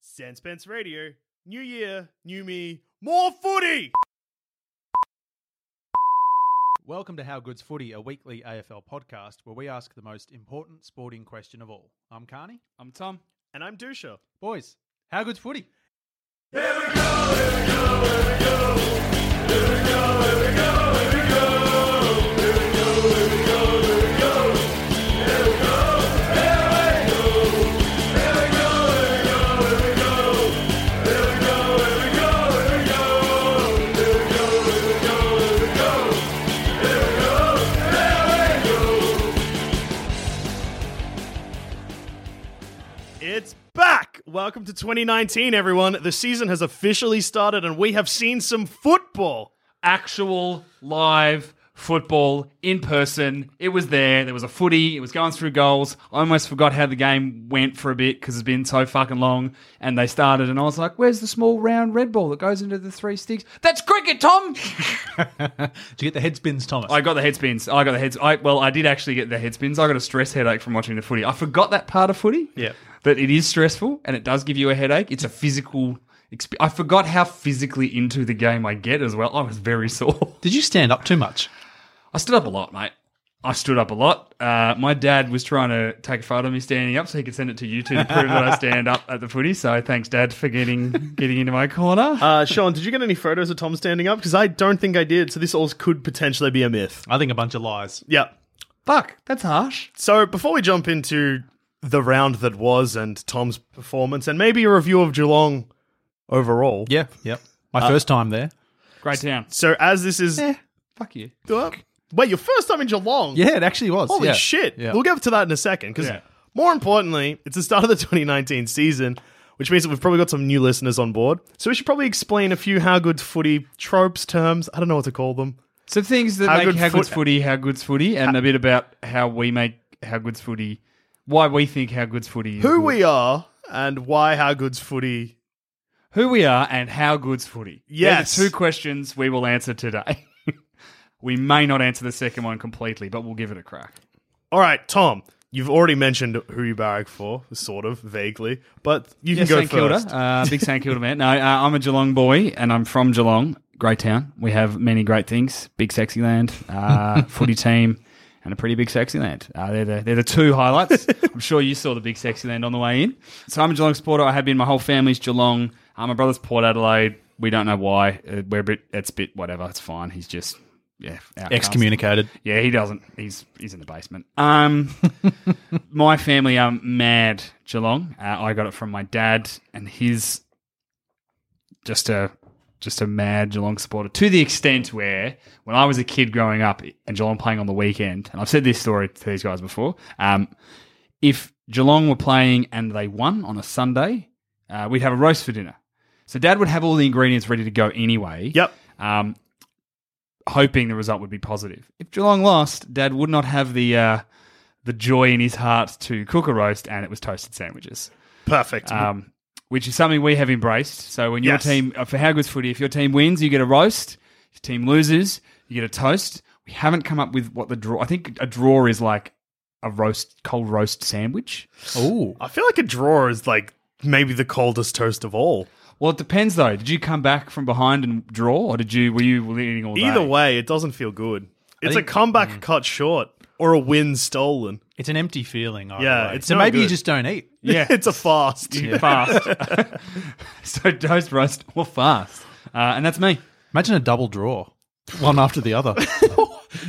San Spence Radio. New year, new me, more footy. Welcome to How Good's Footy, a weekly AFL podcast where we ask the most important sporting question of all. I'm Carney. I'm Tom. And I'm Dusha. Boys, how good's footy? It's back. Welcome to 2019, everyone. The season has officially started and we have seen some football. Actual live football in person. It was there. There was a footy. It was going through goals. I almost forgot how the game went for a bit because it's been so fucking long. And they started, and I was like, "Where's the small round red ball that goes into the three sticks?" That's cricket, Tom. Did you get the head spins, Thomas? I got the head spins. I got the heads. I well, I did actually get the head spins. I got a stress headache from watching the footy. I forgot that part of footy. Yeah. That it is stressful and it does give you a headache. It's a physical. Exp- I forgot how physically into the game I get as well. I was very sore. Did you stand up too much? I stood up a lot, mate. I stood up a lot. Uh, my dad was trying to take a photo of me standing up so he could send it to you two to prove that I stand up at the footy. So thanks, Dad, for getting getting into my corner. Uh, Sean, did you get any photos of Tom standing up? Because I don't think I did, so this all could potentially be a myth. I think a bunch of lies. Yeah. Fuck, that's harsh. So before we jump into the round that was and Tom's performance and maybe a review of Geelong overall. Yeah, yep. My first time there. Great town. So as this is Eh. Fuck you. Uh, wait, your first time in Geelong? Yeah, it actually was. Holy yeah. shit. Yeah. We'll get to that in a second. Because Yeah. more importantly, it's the start of the 2019 season, which means that we've probably got some new listeners on board. So we should probably explain a few how good footy tropes, terms. I don't know what to call them. So things that How make good how good's foot- footy, how good's footy, and a bit about how we make how good's footy, why we think how good's footy, is Who good. we are and why how good's footy. who we are, and how good's footy. They're the Yes. two questions we will answer today. we may not answer the second one completely, but we'll give it a crack. All right, Tom. You've already mentioned who you barrack for, sort of, vaguely, but you Yeah, can go St first. Kilda, uh, big St Kilda man. No, uh, I'm a Geelong boy, and I'm from Geelong, great town. We have many great things: big sexy land, uh, footy team, and a pretty big sexy land. Uh, they're the they're the two highlights. I'm sure you saw the big sexy land on the way in. So I'm a Geelong supporter. I have been. My whole family's Geelong. Uh, my brother's Port Adelaide. We don't know why. Uh, we're a bit. It's a bit whatever. It's fine. He's just yeah. outcast. Excommunicated. Yeah, he doesn't. He's he's in the basement. Um, my family are mad Geelong. Uh, I got it from my dad, and he's just a just a mad Geelong supporter to the extent where when I was a kid growing up and Geelong playing on the weekend, and I've said this story to these guys before. Um, if Geelong were playing and they won on a Sunday, uh, we'd have a roast for dinner. So dad would have all the ingredients ready to go anyway. Yep. Um, hoping the result would be positive. If Geelong lost, Dad would not have the uh, the joy in his heart to cook a roast, and it was toasted sandwiches, Perfect. um, which is something we have embraced. So when your Yes. team uh, for how good's footy, if your team wins, you get a roast. If your team loses, you get a toast. We haven't come up with what the draw. I think a draw is like a roast, cold roast sandwich. Ooh. I feel like a draw is like maybe the coldest toast of all. Well, it depends though. Did you come back from behind and draw, or did you were you leading all day? Either way, it doesn't feel good. It's think- a comeback cut short or a win stolen. It's an empty feeling. either Yeah, way. it's so not maybe you good. just don't eat. Yeah. it's a fast. You fast. so toast, roast, or fast. Uh, and that's me. Imagine a double draw, one after the other.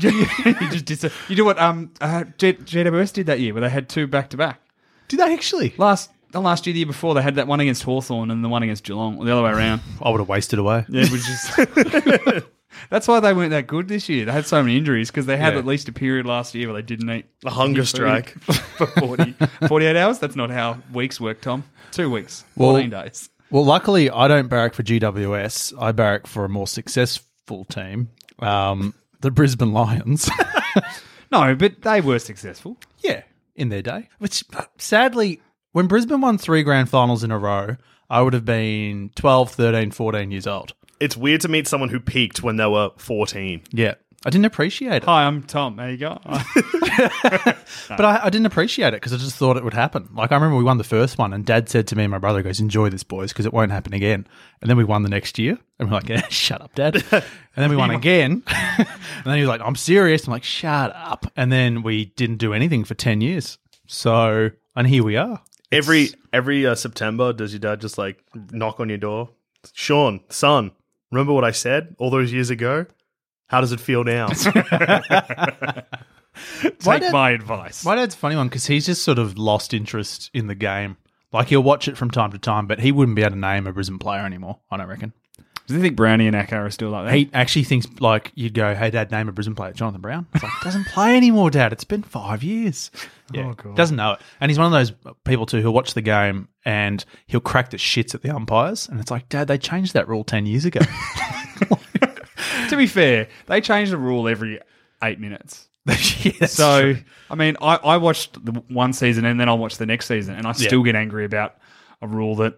you just dis- you do what um uh, J- JWS did that year where they had two back to back. Do they actually? Last the last year, the year before, they had that one against Hawthorn and the one against Geelong, or the other way around. I would have wasted away. Yeah, which is that's why they weren't that good this year. They had so many injuries because they had at least a period last year where they didn't eat A hunger any food strike. for 40, 48 hours. That's not how weeks work, Tom. Two weeks, Well- fourteen days. Well, luckily, I don't barrack for GWS. I barrack for a more successful team, um, the Brisbane Lions. No, but they were successful. yeah, in their day. Which, sadly, when Brisbane won three grand finals in a row, I would have been 12, 13, 14 years old. It's weird to meet someone who peaked when they were 14. Yeah. I didn't appreciate it. Hi, I'm Tom. There you go. But I, I didn't appreciate it because I just thought it would happen. Like I remember we won the first one, and Dad said to me and my brother, he "Goes enjoy this, boys, because it won't happen again." And then we won the next year, and we're like, yeah, "Shut up, Dad!" And then we won again, and then he was like, "I'm serious." I'm like, "Shut up!" And then we didn't do anything for ten years. So, and here we are. Every every uh, September, does your dad just like knock on your door? Sean, son, remember what I said all those years ago? How does it feel now? Take did- my advice. My dad's a funny one because he's just sort of lost interest in the game. Like he'll watch it from time to time, but he wouldn't be able to name a Brisbane player anymore. I don't reckon. Do you think Brownie and Acker are still like that? He actually thinks like you'd go, "Hey, Dad, name a Brisbane player, Jonathan Brown." It's like doesn't play anymore, Dad. It's been five years. Yeah, doesn't know it. And he's one of those people too who'll watch the game and he'll crack the shits at the umpires, and it's like, Dad, they changed that rule ten years ago. to be fair, they change the rule every eight minutes. Yes. so I mean, I, I watched the one season and then I watched the next season, and I still get angry about a rule that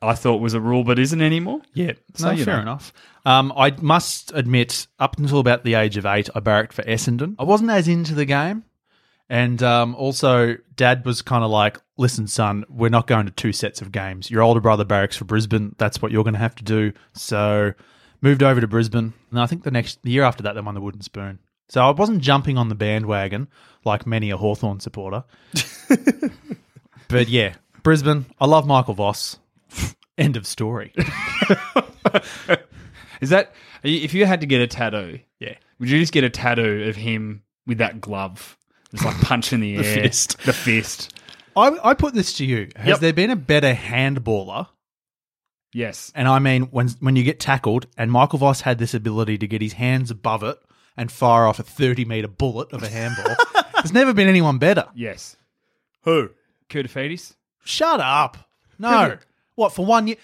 I thought was a rule but isn't anymore. yeah, So, no, you fair know. enough. Um, I must admit, up until about the age of eight, I barracked for Essendon. I wasn't as into the game. And um, also, Dad was kind of like, "Listen, son, we're not going to two sets of games. Your older brother barracks for Brisbane. That's what you're going to have to do." So, moved over to Brisbane, and I think the next the year after that, they won the Wooden Spoon. So I wasn't jumping on the bandwagon like many a Hawthorn supporter. but yeah, Brisbane. I love Michael Voss. End of story. Is that are you- if you had to get a tattoo? Yeah. Would you just get a tattoo of him with that glove? It's like punch in the, air, fist. the fist. I, I put this to you: Has Yep. there been a better handballer Yes. And I mean, when when you get tackled, and Michael Voss had this ability to get his hands above it and fire off a 30 meter bullet of a handball. There's never been anyone better. Yes. who? Kurtafidis. Shut up. No. what, for one year?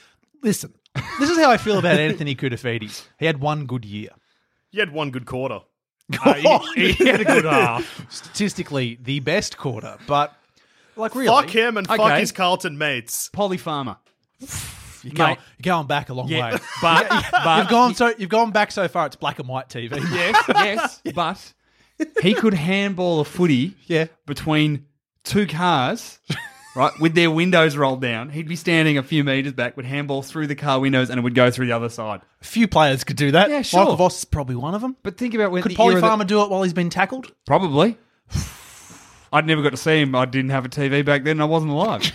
Listen, this is how I feel about Anthony Koutafidis. He had one good year. Uh, You had one good quarter. he, he had a good half. Statistically, the best quarter, but like, really? Fuck him and fuck Okay. his Carlton mates. Polly Farmer. You're Mate. going, you're going back a long Yeah, way. but, but You've gone so you've gone back so far. It's black and white TV. Yes, yes, but he could handball a footy Yeah. between two cars, right, with their windows rolled down. He'd be standing a few metres back, would handball through the car windows, and it would go through the other side. Few players could do that. Yeah, sure. Michael Voss is probably one of them. But think about when Could the Polly era that- Farmer do it while he's been tackled? probably. I'd never got to see him. I didn't have a TV back then. and I wasn't alive.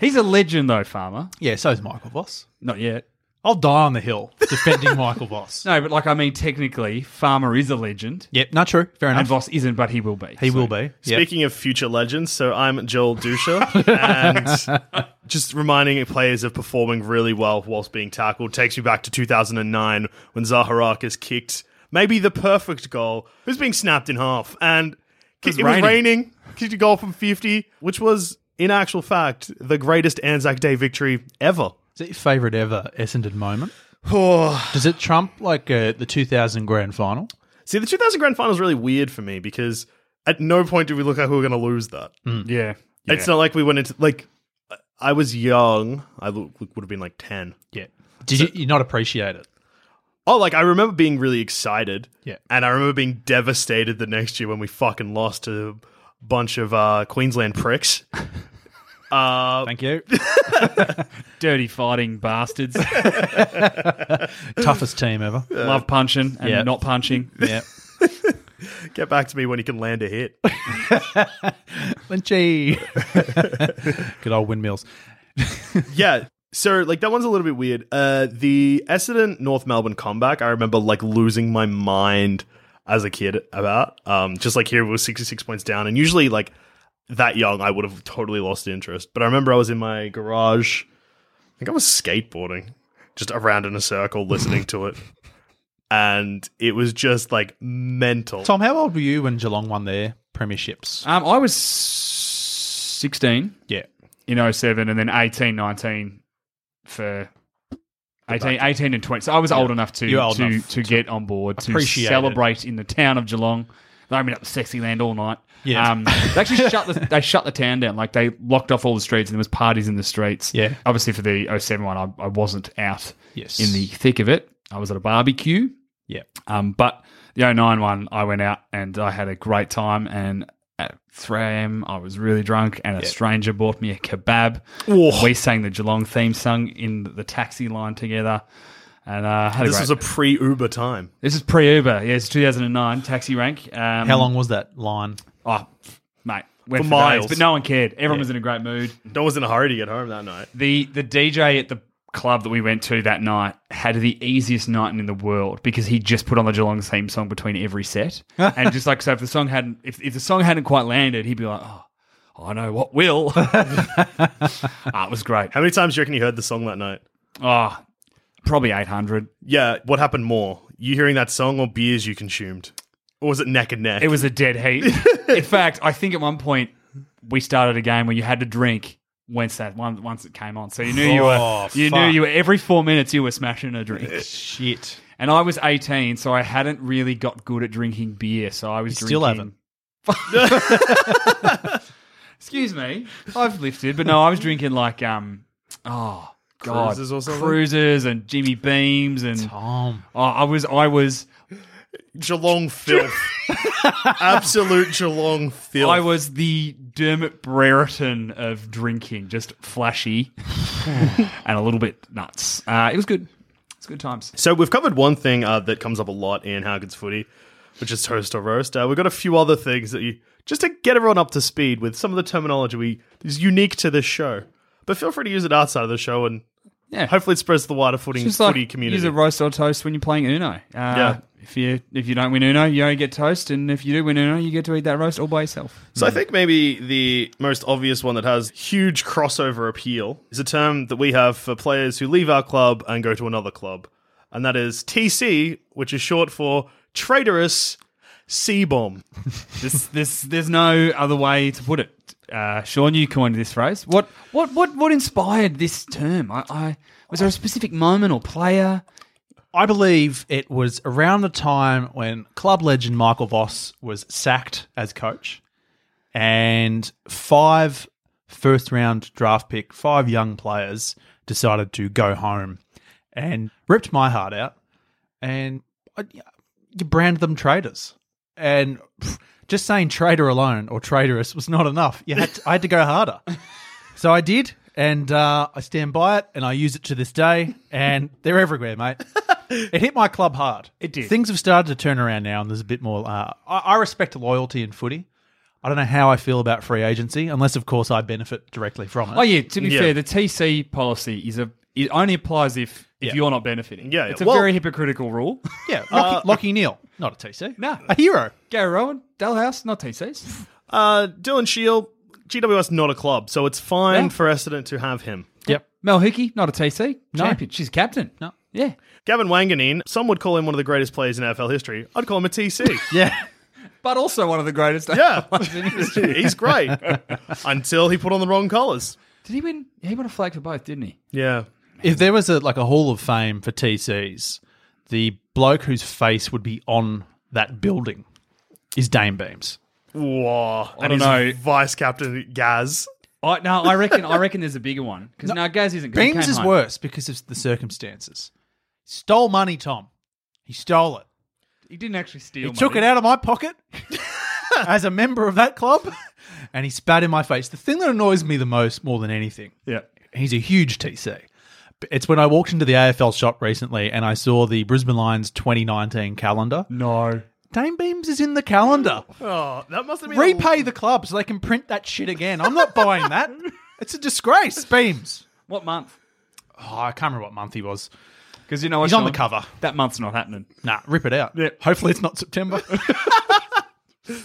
He's a legend, though, Farmer. Yeah, so's Michael Voss. Not yet. I'll die on the hill defending Michael Voss. No, but like I mean, technically, Farmer is a legend, Yep, not true. Fair and enough. Voss isn't, but he will be. he So- will be. Yep. Speaking of future legends, so I'm Joel Dusha, and just reminding players of performing really well whilst being tackled takes me back to 2009 when Zaharakis kicked maybe the perfect goal. It was being snapped in half, and ki- it was, raining. raining. Kicked a goal from 50, which was, in actual fact, the greatest Anzac Day victory ever. Is it your favourite ever Essendon moment? Does it trump like uh, the 2000 grand final? See, the 2000 grand final is really weird for me because at no point did we look like we were going to lose that. Yeah. It's not like we went into like I was young. I lo- would have been like ten. Yeah. Did you, you not appreciate it? Oh, like I remember being really excited. Yeah. and I remember being devastated the next year when we fucking lost to a bunch of uh, Queensland pricks. Thank you. Dirty fighting bastards. Toughest team ever. Love punching and Uh, Yeah. not punching. Yeah. Get back to me when you can land a hit. Lynchy. Good old windmills. yeah. So like that one's a little bit weird. Uh the Essendon North Melbourne comeback, I remember like losing my mind as a kid about. Um just like here we were 66 points down and usually like that young I would have totally lost interest. But I remember I was in my garage. I think I was skateboarding just around in a circle listening to it. And it was just like mental. Tom, how old were you when Geelong won their premierships? Um, I was 16 yeah. in 07 and then 18, 19 for 18, 18 and 20. So I was old enough to You're old to, enough to get on board, to appreciate it. celebrate in the town of Geelong. They opened up sexy land all night. Yeah. Um, they actually shut the, they shut the town down. Like they locked off all the streets and there was parties in the streets. Yeah. Obviously for the 07 one, I, I wasn't out Yes. in the thick of it. I was at a barbecue. Yeah. Um, but the 09 one, I went out and I had a great time. And at 3 a.m., I was really drunk, and a stranger bought me a kebab. We sang the Geelong theme song in the taxi line together. And uh, had this a was great, a pre-Uber time. this is pre Uber. Yeah, it's 2009 taxi rank. Um, How long was that line? Oh, mate. Went For for, miles. miles, but no one cared. Everyone was in a great mood. No one was in a hurry to get home that night. the the DJ at the club that we went to that night had the easiest night in the world because he just put on the Geelong theme song between every set, and just like so, if the song hadn't if, if the song hadn't quite landed, he'd be like, "Oh, I know what will." Ah, it was great. How many times do you reckon you heard the song that night? Oh, probably eight hundred. Yeah, what happened more? You hearing that song or beers you consumed? Or was it neck and neck? It was a dead heat. in fact, I think at one point we started a game where you had to drink. Once that one, once it came on, so you knew you were Oh, you knew fuck. you were every four minutes you were smashing a drink. Shit. And I was 18, so I hadn't really got good at drinking beer. So I was You drinking. still Excuse me, I've lifted, but no, I was drinking like um, oh god, Cruises or something? Cruisers and Jimmy Beams and Tom. Oh, I was I was Geelong filth. Absolute Geelong filth. I was the Dermot Brereton of drinking, just flashy and a little bit nuts. Uh, it was good. It's good times. so we've covered one thing uh, that comes up a lot in Howgard's footy, which is toast or roast. Uh, we've got a few other things that you just to get everyone up to speed with some of the terminology we is unique to this show. But feel free to use it outside of the show and Yeah, hopefully it spreads to the wider footy, It's just footy like community. Use a roast or toast when you're playing Uno. Uh, Yeah. If you if you don't win Uno, you only get toast, and if you do win Uno, you get to eat that roast all by yourself. So I think maybe the most obvious one that has huge crossover appeal is a term that we have for players who leave our club and go to another club, and that is TC, which is short for traitorous C bomb. this this there's no other way to put it. Uh, Sean, you coined this phrase. What what what what inspired this term? I, I was there a specific moment or player? I believe it was around the time when club legend Michael Voss was sacked as coach, and five first round draft pick, five young players decided to go home and ripped my heart out. And I, you brand them traitors. And pff, just saying traitor alone or traitorous was not enough. You had to, I had to go harder. So I did. And uh, I stand by it, and I use it to this day. And they're everywhere, mate. It hit my club hard. It did. Things have started to turn around now, and there's a bit more. Uh, I, I respect loyalty in footy. I don't know how I feel about free agency, unless, of course, I benefit directly from it. Oh yeah. To be Yeah. fair, the TC policy is a it only applies if if Yeah. you're not benefiting. Yeah, yeah. It's a Well- very hypocritical rule. yeah. Lockie, Lockie Neal, not a TC. No. a hero. Gary Rowan, Dalhouse, not TCs. Uh, Dylan Shield, GWS not a club, so it's fine Yeah. for Essendon to have him. Yep. Mel Hickey, not a TC. No. Champion. She's captain. No. Yeah. Gavin Wanganeen, some would call him one of the greatest players in AFL history. I'd call him a TC. Yeah. But also one of the greatest. yeah, he's great until he put on the wrong colours. Did he win? He won a flag for both, didn't he? Yeah. If there was a like a hall of fame for TCs, the bloke whose face would be on that building is Dame Beams. Wow. I and don't he's know. vice captain Gaz. I, no, I reckon. I reckon there's a bigger one because no, Gaz isn't. 'cause he Beams came is home. worse because of the circumstances. Stole money, Tom. He stole it. He didn't actually steal. He took it out of my pocket as a member of that club, and he spat in my face. The thing that annoys me the most, more than anything, Yeah. he's a huge TC. But It's when I walked into the AFL shop recently and I saw the Brisbane Lions 2019 calendar. No. Dame Beams is in the calendar. Oh, that must have been Repay the club so they can print that shit again. I'm not buying that. It's a disgrace, Beams. What month? Oh, I can't remember what month he was. Because you know what, He's on the Sean? cover. That month's not happening. Nah, rip it out. Yeah. Hopefully it's not September.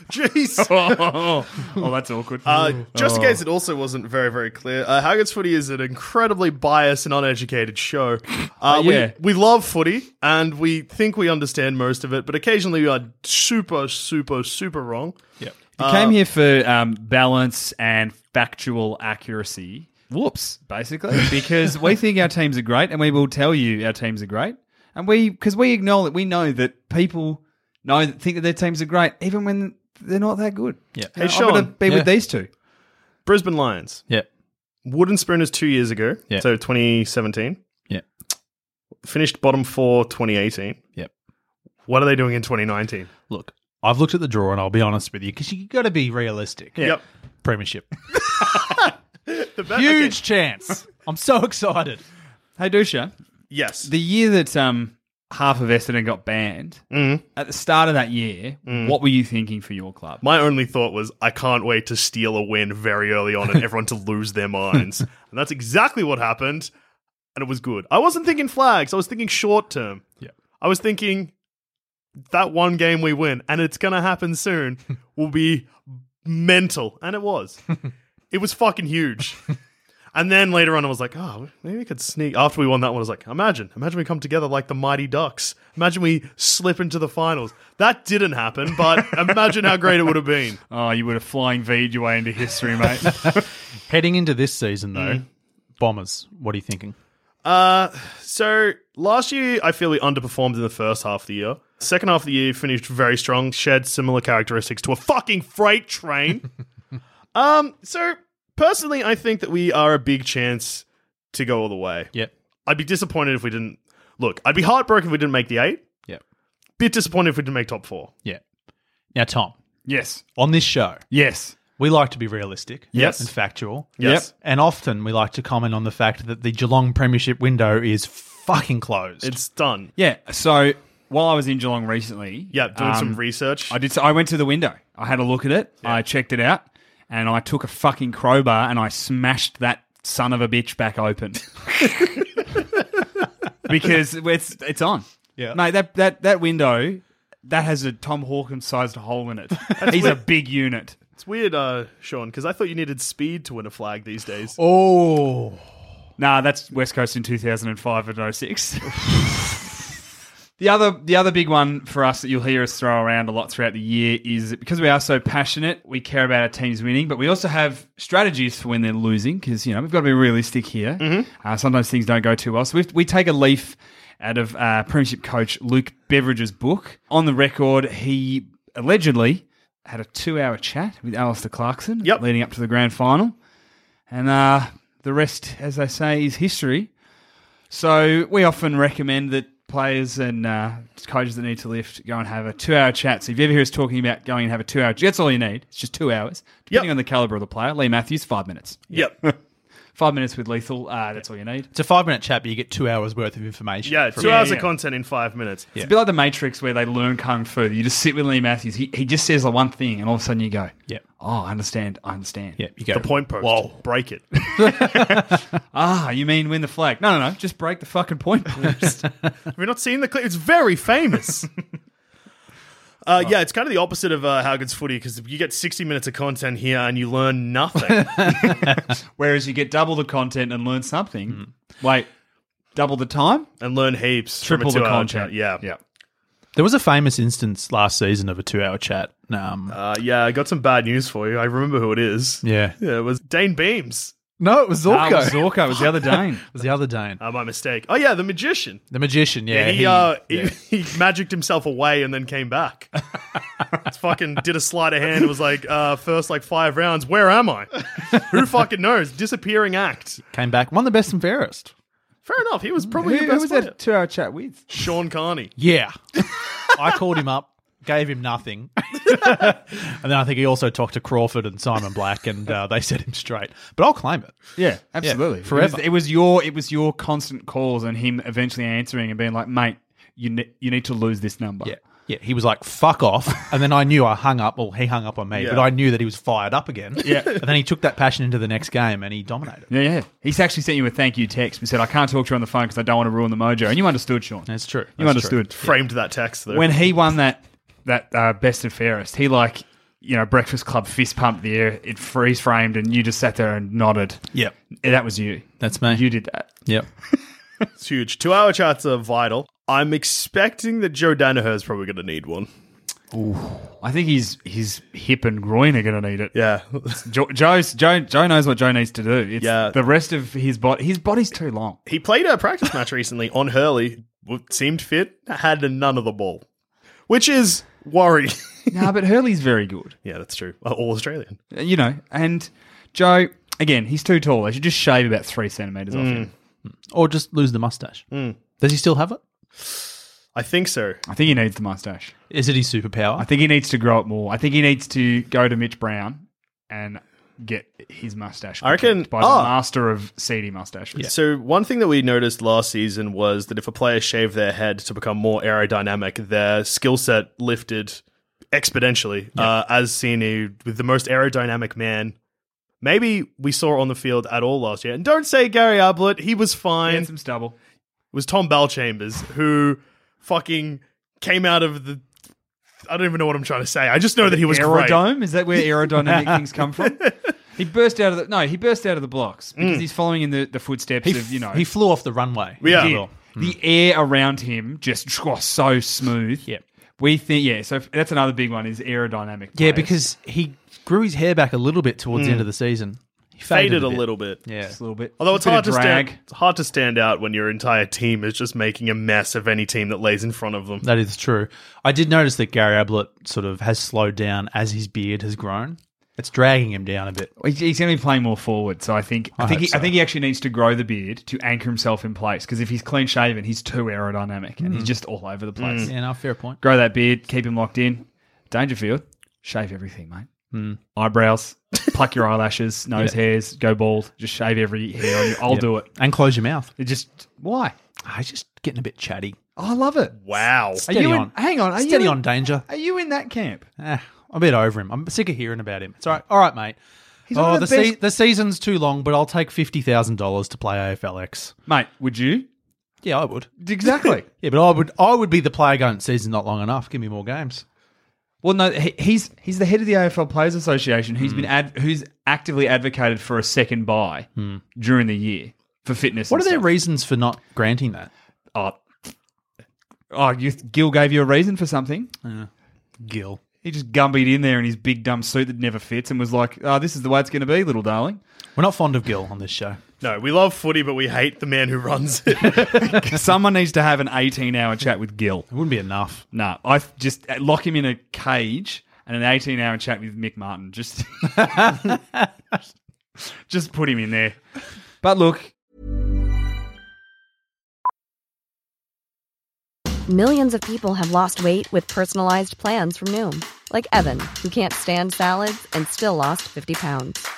Jeez. oh, that's awkward. Uh, just in case it also wasn't very, very clear, uh, Haggard's Footy is an incredibly biased and uneducated show. Uh, Oh, yeah. we, we love footy and we think we understand most of it, but occasionally we are super, super, super wrong. yeah. You came here for um, balance and factual accuracy. Whoops, basically, because we think our teams are great, and we will tell you our teams are great, and we because we acknowledge we know that people know think that their teams are great, even when they're not that good. Yeah. You know, Hey, I'm going to Sean. be Yeah. with these two. Brisbane Lions, Yeah. Wooden Spooners two years ago, Yeah. so 2017, Yeah. finished bottom four 2018. Yep. What are they doing in 2019? Look, I've looked at the draw and I'll be honest with you because you got to be realistic. Yep. Premiership. The ba- Huge okay. chance. I'm so excited. Hey, Dusha, Yes. the year that um, half of Essendon got banned Mm. at the start of that year, what were you thinking for your club? My only thought was, I can't wait to steal a win very early on and everyone to lose their minds. and that's exactly what happened. And it was good. I wasn't thinking flags, I was thinking short term. Yeah. I was thinking that one game we win, and it's going to happen soon, will be mental. And it was. it was fucking huge. And then later on, I was like, oh, maybe we could sneak. After we won that one, I was like, imagine. Imagine we come together like the Mighty Ducks. Imagine we slip into the finals. That didn't happen, but imagine how great it would have been. Oh, you would have flying V'd your way into history, mate. Heading into this season, though, Mm. Bombers, what are you thinking? Uh, so last year, I feel we underperformed in the first half of the year. Second half of the year finished very strong, shared similar characteristics to a fucking freight train. um, so personally, I think that we are a big chance to go all the way. Yep. I'd be disappointed if we didn't. Look, I'd be heartbroken if we didn't make the eight. Yep. Bit disappointed if we didn't make top four. Yeah. Now, Tom, yes. on this show, Yes. we like to be realistic Yes. and factual. Yes. And often we like to comment on the fact that the Geelong Premiership window is fucking closed. It's done. Yeah. So while I was in Geelong recently, Yeah, doing um, some research. I did. So I went to the window. I had a look at it. I checked it out, and I took a fucking crowbar and I smashed that son of a bitch back open. because it's it's on. Yeah. Mate, that that that window that has a Tom Hawkins sized hole in it. He's a big unit. It's weird, uh, Sean, because I thought you needed speed to win a flag these days. oh. Nah, that's West Coast in 2005 and 06. the other the other big one for us that you'll hear us throw around a lot throughout the year is that because we are so passionate, we care about our teams winning, but we also have strategies for when they're losing because you know we've got to be realistic here. Uh, sometimes things don't go too well, so we we take a leaf out of uh, Premiership coach Luke Beveridge's book. On the record, he allegedly had a two-hour chat with Alistair Clarkson Yep. leading up to the grand final. And uh, the rest, as they say, is history. So we often recommend that players and uh, coaches that need to lift go and have a two-hour chat. So if you ever hear us talking about going and have a two-hour, that's all you need. It's just two hours, depending Yep. on the caliber of the player. Lee Matthews, five minutes. Yep. Five minutes with lethal. Uh, that's all you need. It's a five minute chat, but you get two hours worth of information. Yeah, from two it. hours yeah. of content in five minutes. It's a bit like the Matrix where they learn kung fu. You just sit with Lee Matthews. He, he just says the one thing, and all of a sudden you go, Yeah. oh, I understand. I understand." Yeah, you go. The point post. Whoa. Break it. Ah, you mean win the flag? No, no, no. Just break the fucking point. Just- Have you not seen the clip? It's very famous. Uh, yeah, it's kind of the opposite of uh, How Good's Footy because you get 60 minutes of content here and you learn nothing. Whereas you get double the content and learn something. Mm-hmm. Wait, double the time? and learn heaps. from a Triple the two-hour content. chat. Yeah. Yeah. There was a famous instance last season of a two hour chat. Um, Uh, yeah, I got some bad news for you. I remember who it is. yeah. Yeah, it was Dane Beams. No, it was Zorko. Ah, it was Zorko. It was the other Dane. It was the other Dane. Uh, my mistake. Oh, yeah, the magician. The magician, yeah. Yeah, he, uh, he, he magicked himself away and then came back. Just fucking did a sleight of hand. and was like, uh, first like five rounds. Where am I? Who fucking knows? Disappearing act. came back, won the best and fairest. Fair enough. He was Who, probably the who best was player. that two-hour chat with? Sean Carney. Yeah. I called him up, gave him nothing. and then I think he also talked to Crawford and Simon Black, and uh, they set him straight. But I'll claim it. Yeah, absolutely. Forever. It Forever. was, it was your it was your constant calls and him eventually answering and being like, "Mate, you ne- you need to lose this number." Yeah. Yeah, he was like, fuck off. And then I knew I hung up, well, he hung up on me, Yeah. but I knew that he was fired up again. Yeah. And then he took that passion into the next game and he dominated. Yeah, yeah. He's actually sent you a thank you text and said, I can't talk to you on the phone because I don't want to ruin the mojo. And you understood, Sean. That's true. You That's understood. Framed that text though. When he won that that uh, best and fairest, he like, you know, Breakfast Club fist pumped the air, it freeze framed, and you just sat there and nodded. Yep. That was you. That's me. You did that. Yep. it's huge. Two hour charts are vital. I'm expecting that Joe Danaher's probably going to need one. I think his his hip and groin are going to need it. Yeah. Joe, Joe's, Joe Joe knows what Joe needs to do. It's Yeah. the rest of his body. His body's too long. he played a practice match recently on Hurley, w- seemed fit, had none of the ball, which is worrying. nah, but Hurley's very good. yeah, that's true. Uh, All Australian. You know, and Joe again, he's too tall. They should just shave about three centimeters off Mm. him. Or just lose the mustache. Mm. Does he still have it? I think so. I think he needs the mustache. Is it his superpower? I think he needs to grow it more. I think he needs to go to Mitch Brown and get his mustache. I reckon- clipped by the oh. master of seedy mustaches. So one thing that we noticed last season was that if a player shaved their head to become more aerodynamic, their skill set lifted exponentially, uh, as seen i- with the most aerodynamic man maybe we saw on the field at all last year. And don't say Gary Ablett; he was He fine. had some stubble. It was Tom Bell Chambers who fucking came out of the. I don't even know what I'm trying to say. I just know that he was great. Aerodome? Is that where aerodynamic things come from? He burst out of the no. He burst out of the blocks because he's following in the, the footsteps he, of you know he flew off the runway. Yeah. Yeah. Mm. The air around him just was so smooth. Yep. We think yeah, so that's another big one is aerodynamic. Yeah, players. because he grew his hair back a little bit towards the end of the season. He Hmm. Faded a little bit. Yeah. just a little bit. Although it's just a bit hard to of drag. stand, it's hard to stand out when your entire team is just making a mess of any team that lays in front of them. That is true. I did notice that Gary Ablett sort of has slowed down as his beard has grown. It's dragging him down a bit. He's- He's going to be playing more forward, so I think I, I think hope he, I so. think he actually needs to grow the beard to anchor himself in place because if he's clean shaven, he's too aerodynamic and he's just all over the Hmm. place. Yeah, no, fair point. Grow that beard, keep him locked in. Dangerfield, shave everything, mate. Eyebrows, pluck your eyelashes, nose hairs, go bald. Just shave every hair on you. I'll do it. And close your mouth. It just why? Oh, Ah, he's just getting a bit chatty. I love it. Wow. Are Steady you in- on. hang on, are you Steady in- on danger. Are you in that camp? Eh, I'm a bit over him. I'm sick of hearing about him. It's all right. All right, mate. one of oh, the, the se- best- the season's too long, but I'll take $50,000 to play AFLX. Mate, would you? Yeah, I would. Exactly. Yeah, but I would I would be the player going, season's not long enough. Give me more games. well, no, he, he's he's the head of the AFL Players Association who's been ad, who's actively advocated for a second buy during the year for fitness. What are and their stuff. reasons for not granting that? Oh, oh you, Gil gave you a reason for something. Gil. He just gumbied in there in his big dumb suit that never fits and was like, "Oh, this is the way it's going to be, little darling." We're not fond of Gil on this show. No, we love footy, but we hate the man who runs it. Someone needs to have an eighteen-hour chat with Gil. It wouldn't be enough. No, I th- just uh, lock him in a cage and an 18 hour chat with Mick Martin. Just, just put him in there. But look, Millions of people have lost weight with personalized plans from Noom, like Evan, who can't stand salads and still lost 50 pounds.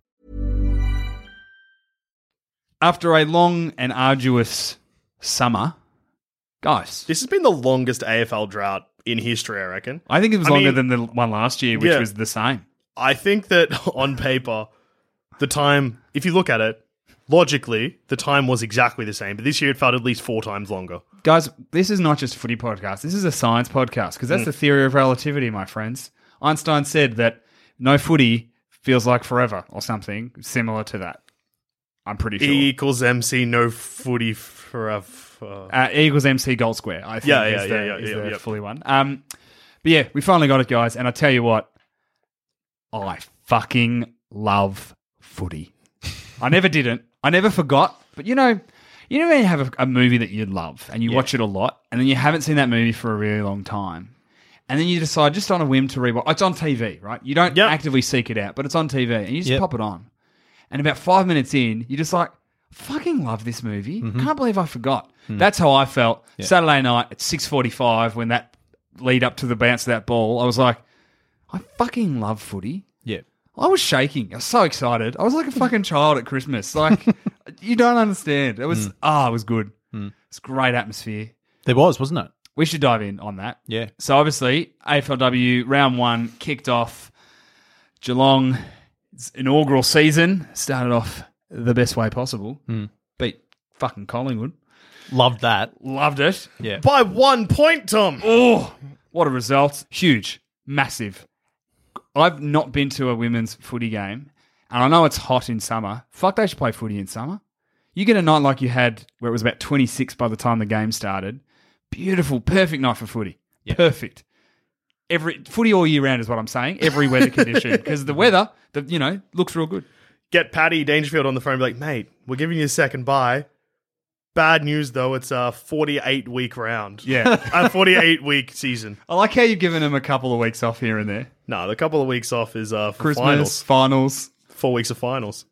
After a long and arduous summer, guys. This has been the longest AFL drought in history, I reckon. I think it was I longer mean- than the one last year, which Yeah. was the same. I think that on paper, the time, if you look at it, logically, the time was exactly the same. But this year it felt at least four times longer. Guys, this is not just a footy podcast. This is a science podcast because that's Mm. the theory of relativity, my friends. Einstein said that no footy feels like forever or something similar to that. I'm pretty sure. E equals MC, no footy forever. Uh, E equals MC goal square, I think. Yeah, is yeah, the, yeah, yeah, is yeah, the yeah. fully one. Um, but yeah, we finally got it, guys. And I tell you what, I fucking love footy. I never didn't. I never forgot. But you know, you know when you have a, a movie that you love and you watch it a lot, and then you haven't seen that movie for a really long time, and then you decide just on a whim to rewatch. It's on TV, right? You don't actively seek it out, but it's on TV, and you just Yep. pop it on. And about five minutes in, you're just like, fucking love this movie. Can't believe I forgot. That's how I felt Saturday night at 6.45 when that lead up to the bounce of that ball. I was like, I fucking love footy. Yeah. I was shaking. I was so excited. I was like a fucking child at Christmas. Like, you don't understand. It was, ah, it was good. It's great atmosphere. There was, wasn't it? We should dive in on that. Yeah. So obviously, AFLW round one kicked off. Geelong's inaugural season started off the best way possible. Beat fucking Collingwood. Loved that. Loved it. Yeah. By one point, Tom. Oh, what a result! Huge, massive. I've not been to a women's footy game, and I know it's hot in summer. Fuck, they should play footy in summer. You get a night like you had where it was about 26 by the time the game started. Beautiful, perfect night for footy. Perfect. Every footy all year round is what I'm saying. Every weather condition because the weather, the, you know, looks real good. Get Paddy Dangerfield on the phone and be like, mate, we're giving you a second bye. Bad news though, it's a 48 week round. Yeah. a 48 week season. I like how you've given them a couple of weeks off here and there. No, the couple of weeks off is uh, for Christmas finals. finals. Four weeks of finals.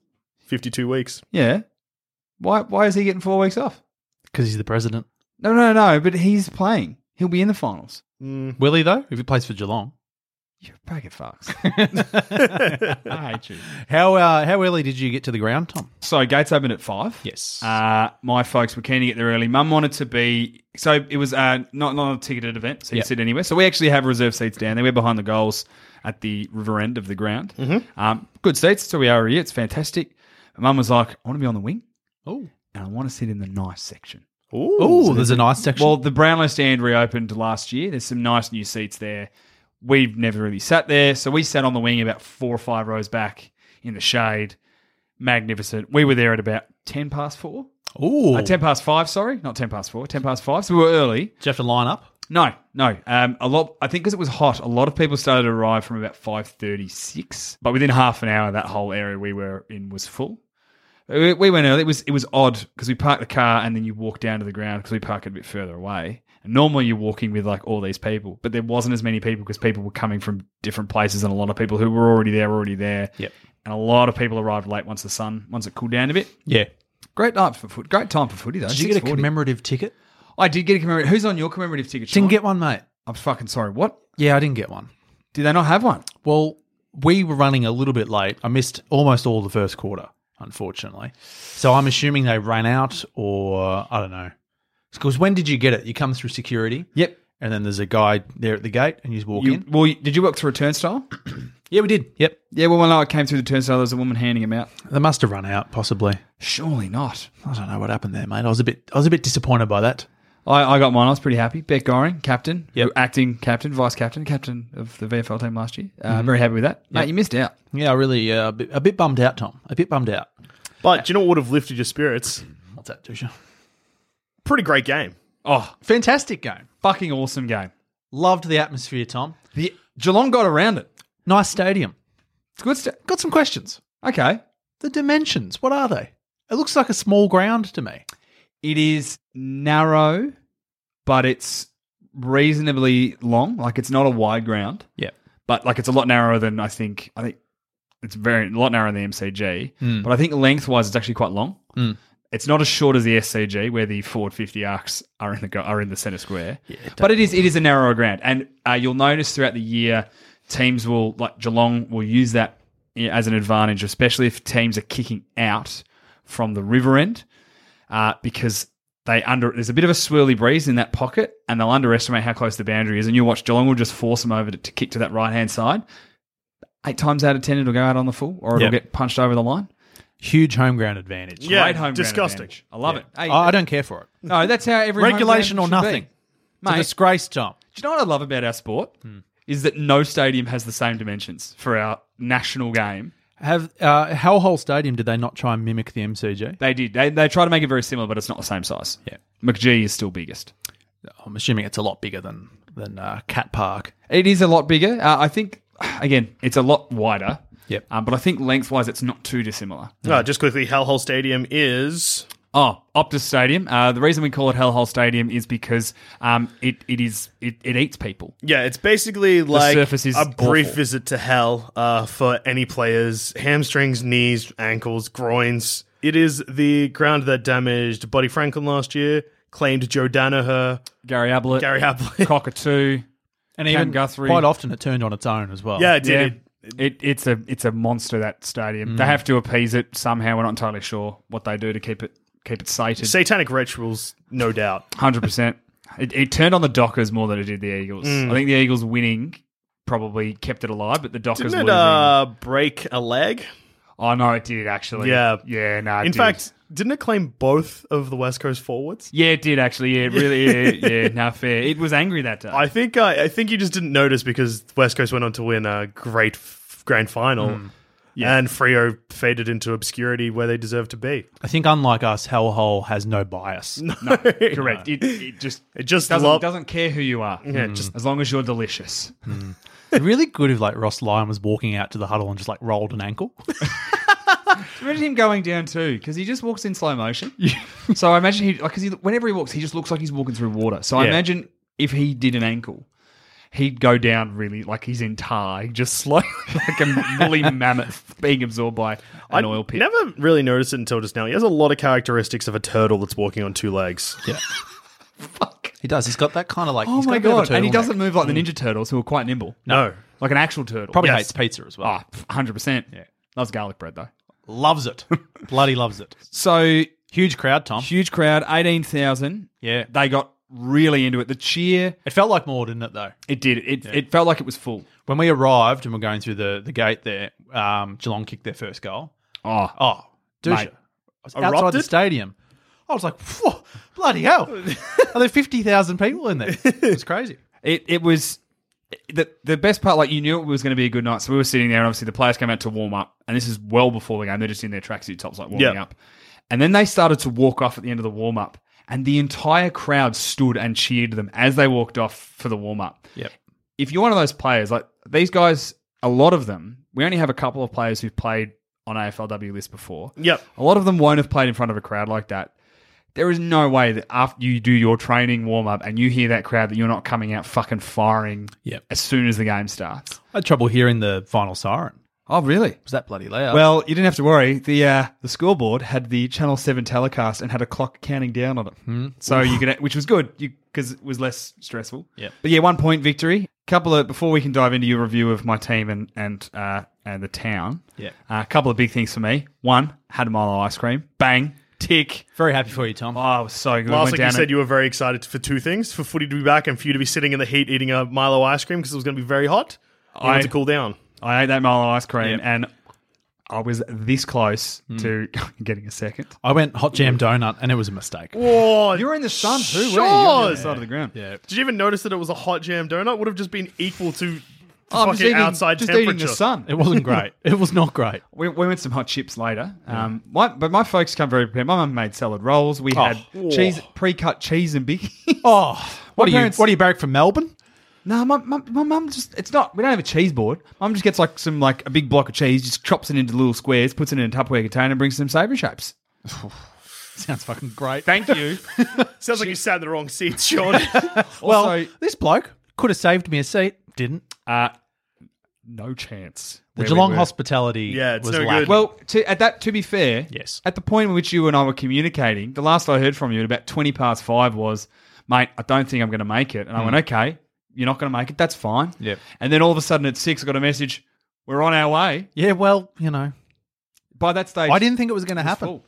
52 weeks. Yeah. Why? Why is he getting four weeks off? Because he's the president. No, no, no. But he's playing. He'll be in the finals. Mm. Mm-hmm. Will he, though? If he plays for Geelong. You're a bag of fucks. I hate you. How uh, how early did you get to the ground, Tom? So gates opened at five. Yes. Uh, my folks were keen to get there early. Mum wanted to be so it was uh, not not a ticketed event, so you Yep. sit anywhere. So we actually have reserved seats down there. We're behind the goals at the river end of the ground. Mm-hmm. Um, good seats. So we are here. It's fantastic. Mum was like, I want to be on the wing, oh, and I want to sit in the nice section. Ooh. oh, there's a nice section. Well, the Brownlow stand reopened last year. There's some nice new seats there. We've never really sat there, so we sat on the wing about four or five rows back in the shade. Magnificent. We were there at about ten past four. oh, Uh, ten past five, sorry, not ten past four. Ten past five. So we were early. you have to line up? No, no. Um, a lot. I think because it was hot, a lot of people started to arrive from about five thirty-six. But within half an hour, that whole area we were in was full. We, we went early. It was it was odd because we parked the car and then you walk down to the ground because we park it a bit further away. And normally you're walking with like all these people, but there wasn't as many people because people were coming from different places and a lot of people who were already there were already there. Yep. And a lot of people arrived late once the sun once it cooled down a bit. Yeah. Great night for foot. Great time for footy though. Did you get a 6:40. commemorative ticket? I did get a commemorative. Who's on your commemorative ticket? Sean? Didn't get one, mate. I'm fucking sorry. What? Yeah, I didn't get one. Do they not have one? Well, we were running a little bit late. I missed almost all the first quarter, unfortunately. So I'm assuming they ran out, or I don't know. Because when did you get it? You come through security. Yep. And then there's a guy there at the gate, and you just walk You, in. well, you- did you work through a turnstile? Yeah, we did. Yep. yeah. Well, when I came through the turnstile, there was a woman handing him out. They must have run out, possibly. Surely not. I don't know what happened there, mate. I was a bit, I was a bit disappointed by that. I, I got mine. I was pretty happy. Beck Goring, captain, Yep. who- acting captain, vice captain, captain of the VFL team last year. Uh, Very happy with that. Mate, you missed out. Yeah, I really, uh, a, bit, a bit bummed out, Tom. A bit bummed out. But do you know what would have lifted your spirits? What's that, Dusha? Pretty great game. Oh, Fantastic game. fucking awesome game. Loved the atmosphere, Tom. The Geelong got around it. Nice stadium. It's good stuff. Got some questions. Okay. The dimensions, what are they? It looks like a small ground to me. It is narrow, but it's reasonably long. Like it's not a wide ground. Yeah. but like it's a lot narrower than I think. I think it's very a lot narrower than the MCG, but I think lengthwise it's actually quite long. It's not as short as the SCG, where the Ford 50 arcs are in the go- are in the center square. but it is it is a narrower ground, and uh, you'll notice throughout the year teams will like Geelong will use that you know, as an advantage, especially if teams are kicking out from the river end uh, because they under there's a bit of a swirly breeze in that pocket, and they'll underestimate how close the boundary is. And you'll watch Geelong will just force them over to, to kick to that right hand side. Eight times out of ten, it'll go out on the full, or it'll Yep. get punched over the line. Huge home ground advantage. Yeah, Great home ground disgusting. advantage. I love it. Hey, Oh, I don't care for it. No, that's how every home regulation game or should be. nothing. It's a Mate. disgrace, Tom. Do you know what I love about our sport? Is that no stadium has the same dimensions for our national game. Have uh, Hellhole Stadium? Did they not try and mimic the MCG? They did. They, they try to make it very similar, but it's not the same size. Yeah. McGee is still biggest. I'm assuming it's a lot bigger than than uh, Cat Park. It is a lot bigger. Uh, I think, again, it's a lot wider. Yep. Um, but I think lengthwise, it's not too dissimilar. No, Uh, just quickly, Hellhole Stadium is Oh, Optus Stadium. Uh, the reason we call it Hellhole Stadium is because um, it, it is it, it eats people. yeah, it's basically like surface is a brief awful. visit to hell uh, for any players: hamstrings, knees, ankles, groins. It is the ground that damaged Buddy Franklin last year, claimed Joe Danaher, Gary Ablett, Gary Ablett. Cockatoo, Cam And even Guthrie. quite often it turned on its own as well. yeah, it Mm. did. Yeah. It- It, it's a it's a monster that stadium. They have to appease it somehow. We're not entirely sure what they do to keep it keep it sated. satanic rituals, no doubt. Hundred percent. It, it turned on the Dockers more than it did the Eagles. Mm. I think the Eagles winning probably kept it alive, but the Dockers Didn't it losing. uh, break a leg? oh no, it did actually. Yeah. yeah, no. it In did. fact, didn't it claim both of the West Coast forwards? yeah, it did actually. Yeah, it really. Yeah, yeah no fair. It was angry that day. I think uh, I think you just didn't notice because West Coast went on to win a great f- grand final, Hmm. and Frio faded into obscurity where they deserved to be. I think unlike us, Hellhole has no bias. no, correct. It, it just It just doesn't lo- doesn't care who you are. Yeah, just- as long as you're delicious. It'd be really good if like Ross Lyon was walking out to the huddle and just like rolled an ankle. Imagine him going down too, because he just walks in slow motion. so I imagine he, like, because he, whenever he walks, he just looks like he's walking through water. So I Yeah. imagine if he did an ankle, he'd go down really like he's in tar, just slowly like a woolly mammoth being absorbed by I an oil pit. never really noticed it until just now. He has a lot of characteristics of a turtle that's walking on two legs. Fuck. he does. He's got that kind of like. Oh he's my got a bit of a god! And he turtleneck. doesn't move like the Mm. Ninja Turtles, who are quite nimble. No. like an actual turtle. Probably Yes. hates pizza as well. Ah, hundred percent. Yeah. loves garlic bread though. Loves it. Bloody loves it. So Huge crowd, Tom. huge crowd, eighteen thousand. Yeah. they got really into it. The cheer. It felt like more, didn't it? Though It did. It, it felt like it was full. when we arrived and we're going through the the gate there, um, Geelong kicked their first goal. Oh, Oh, douche. Mate. I was outside the Erupted? stadium. I was like, Whoa, bloody hell. Are there 50,000 people in there? It's crazy. it it was the the best part. Like you knew it was going to be a good night, so we were sitting there, and obviously the players came out to warm up, and this is well before the game. They're just in their tracksuit tops, like warming Yep. up, and then they started to walk off at the end of the warm up, and the entire crowd stood and cheered them as they walked off for the warm up. Yep. If you're one of those players, like these guys, a lot of them, we only have a couple of players who've played on AFLW list before. Yep. A lot of them won't have played in front of a crowd like that. There is no way that after you do your training warm up and you hear that crowd that you're not coming out fucking firing Yep. as soon as the game starts. I had trouble hearing the final siren. Oh, really? Was that bloody loud? Well, you didn't have to worry. The uh, the scoreboard had the Channel Seven telecast and had a clock counting down on it, Hmm. so you could, which was good because it was less stressful. Yep. But yeah, one point victory. Couple of before we can dive into your review of my team and and uh, and the town. Yeah. A couple of big things for me. One, had a Milo ice cream. Bang. Tick. very happy for you, Tom. Oh, it was so good. Last Went week down you and- said you were very excited for two things: for footy to be back and for you to be sitting in the heat eating a Milo ice cream because it was going to be very hot. You I- wanted to cool down. I ate that Milo ice cream Yep. and I was this close Hmm. to getting a second. I went hot jam donut and it was a mistake. Oh, You were in the sun Sure. too. weren't you? You were on the other side of the ground. Yeah. Did you even notice that it was a hot jam donut? Would have just been equal to the Oh, I'm fucking just eating, outside just temperature. eating the sun. It wasn't great. it was not great. We, we went some hot chips later. Um, my, but my folks come very prepared. My mum made salad rolls. We had Oh. cheese, pre-cut cheese and biggie. Oh, My what are you? parents- What are you barrack from Melbourne? no, my my my mum just it's not. We don't have a cheese board. Mum just gets like some like a big block of cheese, just chops it into little squares, puts it in a Tupperware container, and brings some savoury shapes. Sounds fucking great. Thank you. Sounds like you sat in the wrong seat, Sean. well, Also- this bloke could have saved me a seat. Didn't uh, no chance. the where we Geelong were. hospitality? Yeah, it's was no good. lacking. Well, to, at that, to be fair, Yes. At the point at which you and I were communicating, the last I heard from you at about twenty past five was, "Mate, I don't think I'm going to make it." And I went, "Okay, you're not going to make it. That's fine." Mm. Yep. And then all of a sudden at six, I got a message, "We're on our way." yeah. Well, you know, By that stage, I didn't think it was going to it was happen. full.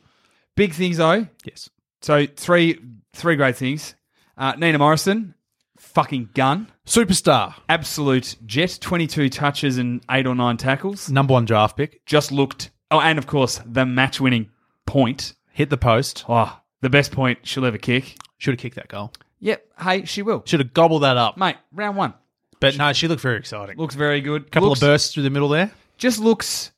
Big things though. Yes. So three three great things. Uh, Nina Morrison, fucking gun, superstar, absolute jet. Twenty two touches and eight or nine tackles. Number one draft pick. Just looked. Oh, and of course the match winning point. Hit the post. Oh, the best point she'll ever kick. Should have kicked that goal. Yep. Hey, she will. Should have gobbled that up. Mate, round one But no, she looked very exciting. looks very good. couple Looks- of bursts through the middle there. Just looks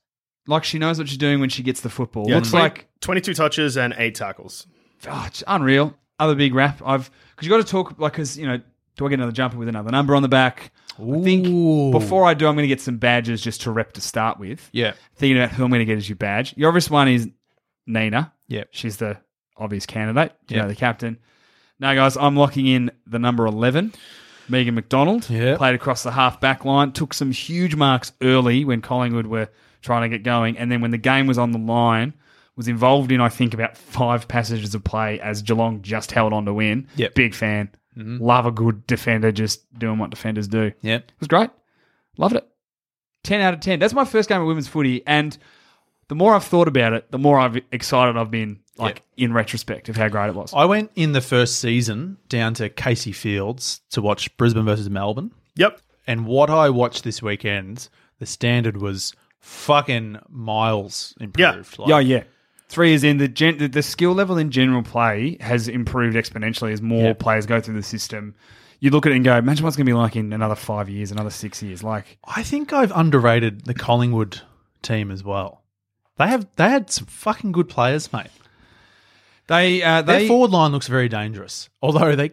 like she knows what she's doing when she gets the football. Looks like 22 touches and eight tackles. oh, it's unreal. Other big rap. I've because you got to talk like because you know do I get another jumper with another number on the back? I Ooh. think before I do, I'm going to get some badges just to rep to start with. Yeah. Thinking about who I'm going to get as your badge. Your obvious one is Nina. Yep. She's the obvious candidate. You Yep. know the captain. Now, guys, I'm locking in the number 11, Megan McDonald. Yep. Played across the half back line, took some huge marks early when Collingwood were trying to get going. And then when the game was on the line, was involved in, I think, about five passages of play as Geelong just held on to win. Yep. Mm-hmm. Big fan. Love a good defender just doing what defenders do. Yep. It was great. Loved it. 10 out of 10. That's my first game of women's footy. And the more I've thought about it, the more I've excited I've been, like, in retrospect of how great it was. I went in the first season down to Casey Fields to watch Brisbane versus Melbourne. Yep. And what I watched this weekend, the standard was fucking miles improved. yeah, yeah. Three is in the, gen- the the skill level in general play has improved exponentially as more players go through the system. You look at it and go, imagine what's going to be like in another five years, another six years. Like, I think I've underrated the Collingwood team as well. They have they had some fucking good players, mate. they, uh, Their they, forward line looks very dangerous, although they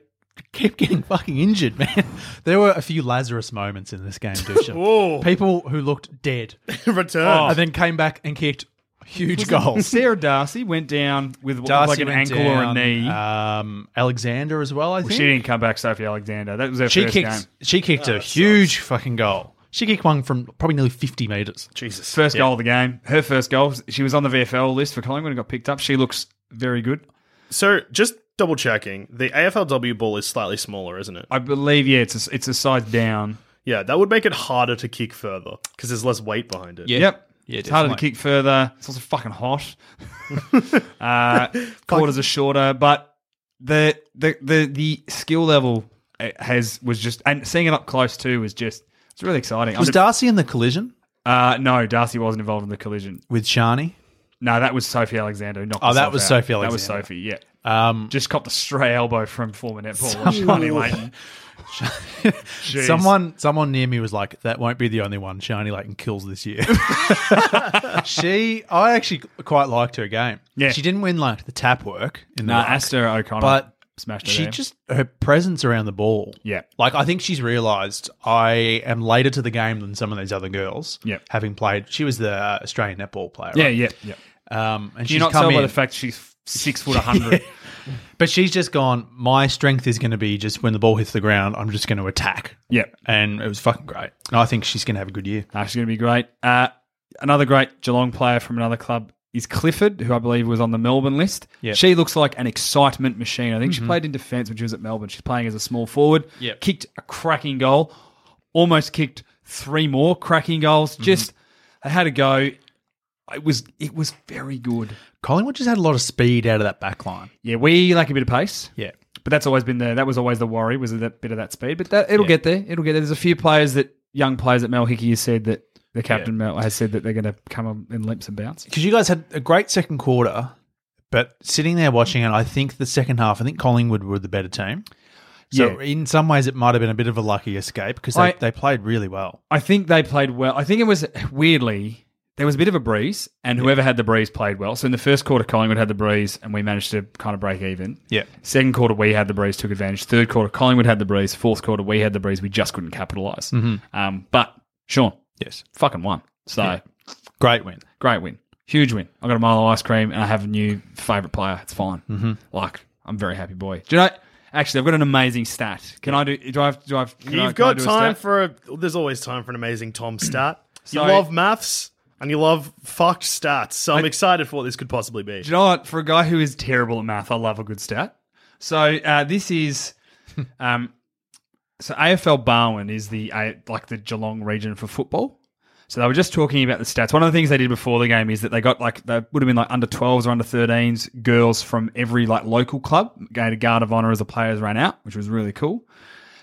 keep getting fucking injured, man. There were a few Lazarus moments in this game, Dusha. People who looked dead Return. and then came back and kicked huge goals. Sarah Darcy went down with like an went ankle or a down, knee. Um, Alexander as well, I Well, think. uh, she didn't come back, Sophie Alexander. That was her She first kicked. game. She kicked a huge fucking goal. She kicked one from probably nearly fifty meters. Jesus. First goal of the game. Her first goal. She was on the VFL list for Collingwood and got picked up. She looks very good. So just double checking, the AFLW ball is slightly smaller, isn't it? I believe, yeah, it's a, it's a size down. Yeah, that would make it harder to kick further because there's less weight behind it. Yep. Yeah, it's harder to definitely. kick further. It's also fucking hot. uh, quarters are shorter, but the the the the skill level uh, has was just and seeing it up close too was just it's really exciting. Was I'm- Darcy in the collision uh, no, Darcy wasn't involved in the collision. with Shani? No, that was Sophie Alexander. who knocked Oh, that herself was out. Sophie That was Alexander. Sophie. Yeah, Um, just copped a stray elbow from former netball. Shiny Leighton. Jeez. someone, someone near me was like, "That won't be the only one Shani Layton kills this year." she, I actually quite liked her game. Yeah. she didn't win like the tap work in the Nah, ruck, Asta O'Connor but smashed her she there. just her presence around the ball. Yeah. like I think she's realised I am later to the game than some of these other girls. Yeah. having played, she was the uh, Australian netball player. yeah, right? yeah, yeah. Um, and Do she's you not come tell in, by the fact she's six foot a hundred? but she's just gone. My strength is going to be just when the ball hits the ground, I'm just going to attack. Yeah. and it was fucking great. And I think she's going to have a good year. No, she's going to be great. Uh, another great Geelong player from another club is Clifford, who I believe was on the Melbourne list. Yep. She looks like an excitement machine. I think she played in defence when she was at Melbourne. She's playing as a small forward. Yep. Kicked a cracking goal, almost kicked three more cracking goals. Just they had a go. It was it was very good. Collingwood just had a lot of speed out of that back line. Yeah, we lack a bit of pace. Yeah. But that's always been the that was always the worry was that bit of that speed. But that it'll get there. It'll get there. There's a few players that young players that Mel Hickey has said that the captain Mel has said that they're going to come up in leaps and bounds. Because you guys had a great second quarter, but sitting there watching it, I think the second half, I think Collingwood were the better team. So Yeah. in some ways, it might have been a bit of a lucky escape because they, I- they played really well. I think they played well. I think it was weirdly there was a bit of a breeze, and whoever had the breeze played well. So in the first quarter, Collingwood had the breeze, and we managed to kind of break even. Yeah. Second quarter, we had the breeze, took advantage. Third quarter, Collingwood had the breeze. Fourth quarter, we had the breeze. We just couldn't capitalize. Um, but Sean, Yes. fucking won. So Great win. great win, huge win. I got a Milo ice cream, and I have a new favorite player. It's fine. Mm-hmm. Like I'm a very happy boy. Do you know? Actually, I've got an amazing stat. Can I do? Do I have? Do I? Have, can I- You've can I got do a time stat? for a, there's always time for an amazing Tom stat. So- you love maths and you love fucked stats. So I'm excited for what this could possibly be. Do you know what? For a guy who is terrible at math, I love a good stat. So uh, this is, um, so AFL Barwon is the uh, like the Geelong region for football. So they were just talking about the stats. One of the things they did before the game is that they got like they would have been like under 12s or under 13s girls from every like local club going to guard of honor as the players ran out, which was really cool.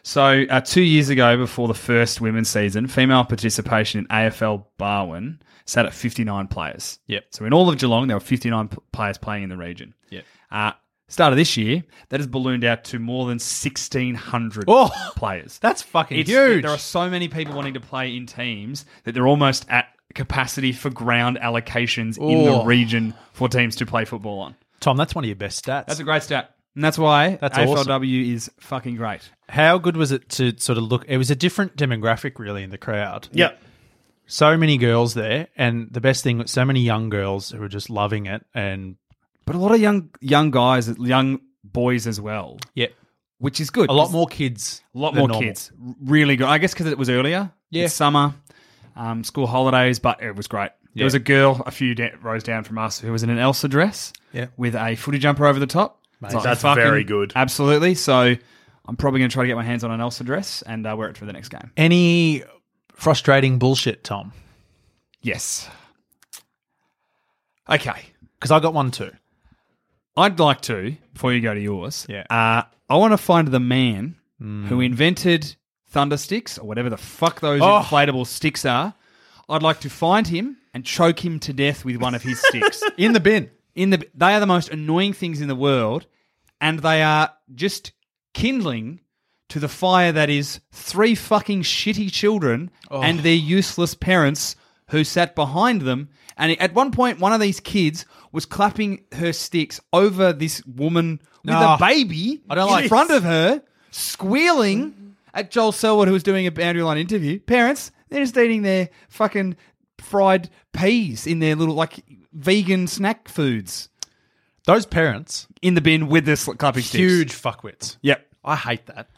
So uh, two years ago, before the first women's season, female participation in AFL Barwon sat at 59 players. Yep. So in all of Geelong, there were 59 p- players playing in the region. Yep. Uh, start of this year, that has ballooned out to more than 1,600 Oh, players. That's fucking It's- huge. There are so many people wanting to play in teams that they're almost at capacity for ground allocations in the Oh. region for teams to play football on. Tom, that's one of your best stats. That's a great stat. And that's why That's AFLW is fucking great. How good was it to sort of look? It was a different demographic, really, in the crowd. Yeah. So many girls there, and the best thing, so many young girls who were just loving it. And But a lot of young young guys, young boys as well, yeah, which is good. a lot more kids, a lot than more normal. kids. R- Really good. I guess because it was earlier. Yeah. It's summer, um, school holidays, but it was great. There Yeah. was a girl a few da- rows down from us who was in an Elsa dress Yeah. with a footy jumper over the top. Like, That's very good. Absolutely. So I'm probably going to try to get my hands on an Elsa dress and uh, wear it for the next game. Any frustrating bullshit, Tom? Yes. Okay. Because I got one too. I'd like to, before you go to yours, Yeah. uh, I want to find the man who invented thunder sticks or whatever the fuck those Hmm. Oh. inflatable sticks are. I'd like to find him and choke him to death with one of his sticks. In the bin. In the they are the most annoying things in the world, and they are just kindling to the fire that is three fucking shitty children Oh. and their useless parents who sat behind them. And at one point, one of these kids was clapping her sticks over this woman with No. a baby I don't in like- front of her, squealing at Joel Selwood, who was doing a boundary line interview. Parents, they're just eating their fucking fried peas in their little like vegan snack foods Those parents, in the bin with this clapping sticks. huge fuckwits. Yep. I hate that.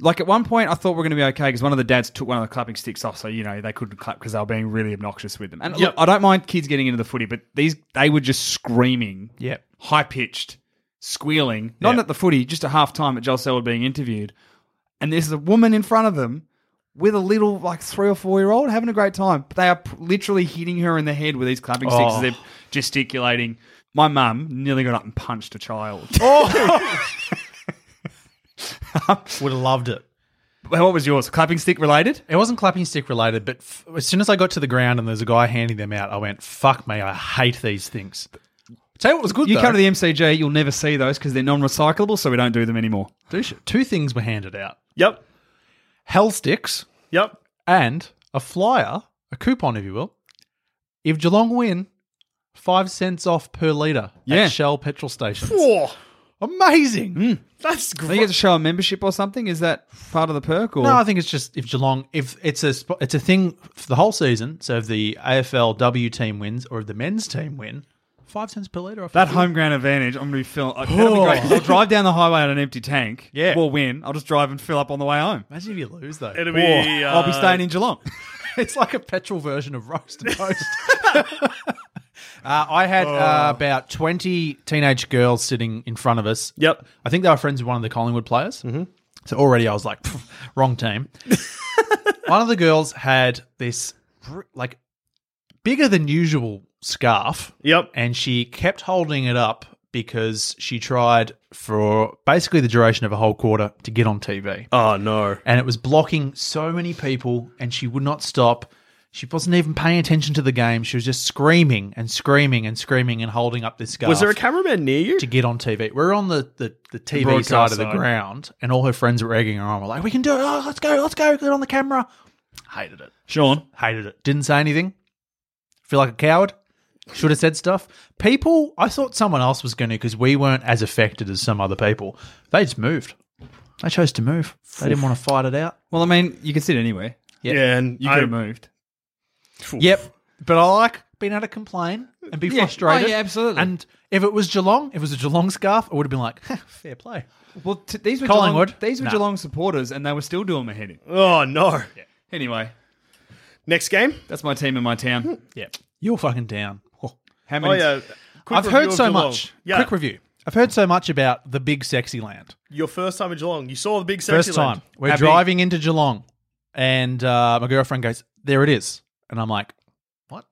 Like at one point, I thought we are going to be okay because one of the dads took one of the clapping sticks off, so you know they couldn't clap because they were being really obnoxious with them. And Yep. look, I don't mind kids getting into the footy, but these they were just screaming, Yep. high pitched, squealing, not Yep. at the footy, just at half time at Joel Selwood being interviewed, and there's a woman in front of them with a little like three or four year old having a great time, but they are p- literally hitting her in the head with these clapping sticks Oh. as they're gesticulating. My mum nearly got up and punched a child. Oh. Would have loved it. what was yours? Clapping stick related? It wasn't clapping stick related, but f- as soon as I got to the ground and there's a guy handing them out, I went, "Fuck me, I hate these things." Tell you what was good. You though, come to the MCG, you'll never see those because they're non-recyclable, so we don't do them anymore. two, sh- two things were handed out: Yep. hell sticks Yep. and a flyer, a coupon, if you will. If Geelong win, five cents off per liter Yeah. at Shell petrol stations. Whoa. Amazing. That's Do you get to great. show a membership or something? Is that part of the perk? Or No, I think it's just if Geelong, if it's a sp- it's a thing for the whole season. So if the AFLW team wins or if the men's team win, five cents per liter off that the- home ground advantage, I'm going to be fill. That'll be great. 'cause I'll drive down the highway on an empty tank. Yeah. we'll win. I'll just drive and fill up on the way home. Imagine if you lose though. It'll Or be. Uh, I'll be staying in Geelong. It's like a petrol version of roast and toast. uh, I had Oh. uh, about 20 teenage girls sitting in front of us. Yep. I think they were friends with one of the Collingwood players. Mm-hmm. So already I was like, "Pff, wrong team. one of the girls had this, br- like, bigger than usual scarf. Yep. And she kept holding it up because she tried for basically the duration of a whole quarter to get on TV Oh no. and it was blocking so many people and she would not stop she wasn't even paying attention to the game she was just screaming and screaming and screaming and holding up this scarf Was there a cameraman near you? to get on tv we are on the, the, the tv broadcast side of the side. ground and all her friends were egging her on we're like we can do it oh, let's go let's go get on the camera hated it Sean, hated it didn't say anything feel like a coward should have said stuff people i thought someone else was going to because we weren't as affected as some other people they just moved they chose to move they didn't want to fight it out well, I mean, you can sit anywhere. Yeah. Yeah, and You I- could have moved. Yep. But I like being able to complain and be Yeah. frustrated. Oh, yeah, absolutely. And if it was Geelong, if it was a Geelong scarf, I would have been like, "Huh, fair play. Well, t- these were Collingwood? Geelong, these were Nah. Geelong supporters, and they were still doing my head in. Oh no. Anyway, Next game. that's my team in my town. Yeah. You're fucking down. How Oh many? yeah. Quick I've review heard of so Geelong. much. Yeah. Quick review. I've heard so much about the big sexy land. Your first time in Geelong. You saw the big First sexy time. land. We're How big? driving into Geelong and uh, my girlfriend goes, There it is. And I'm like, what?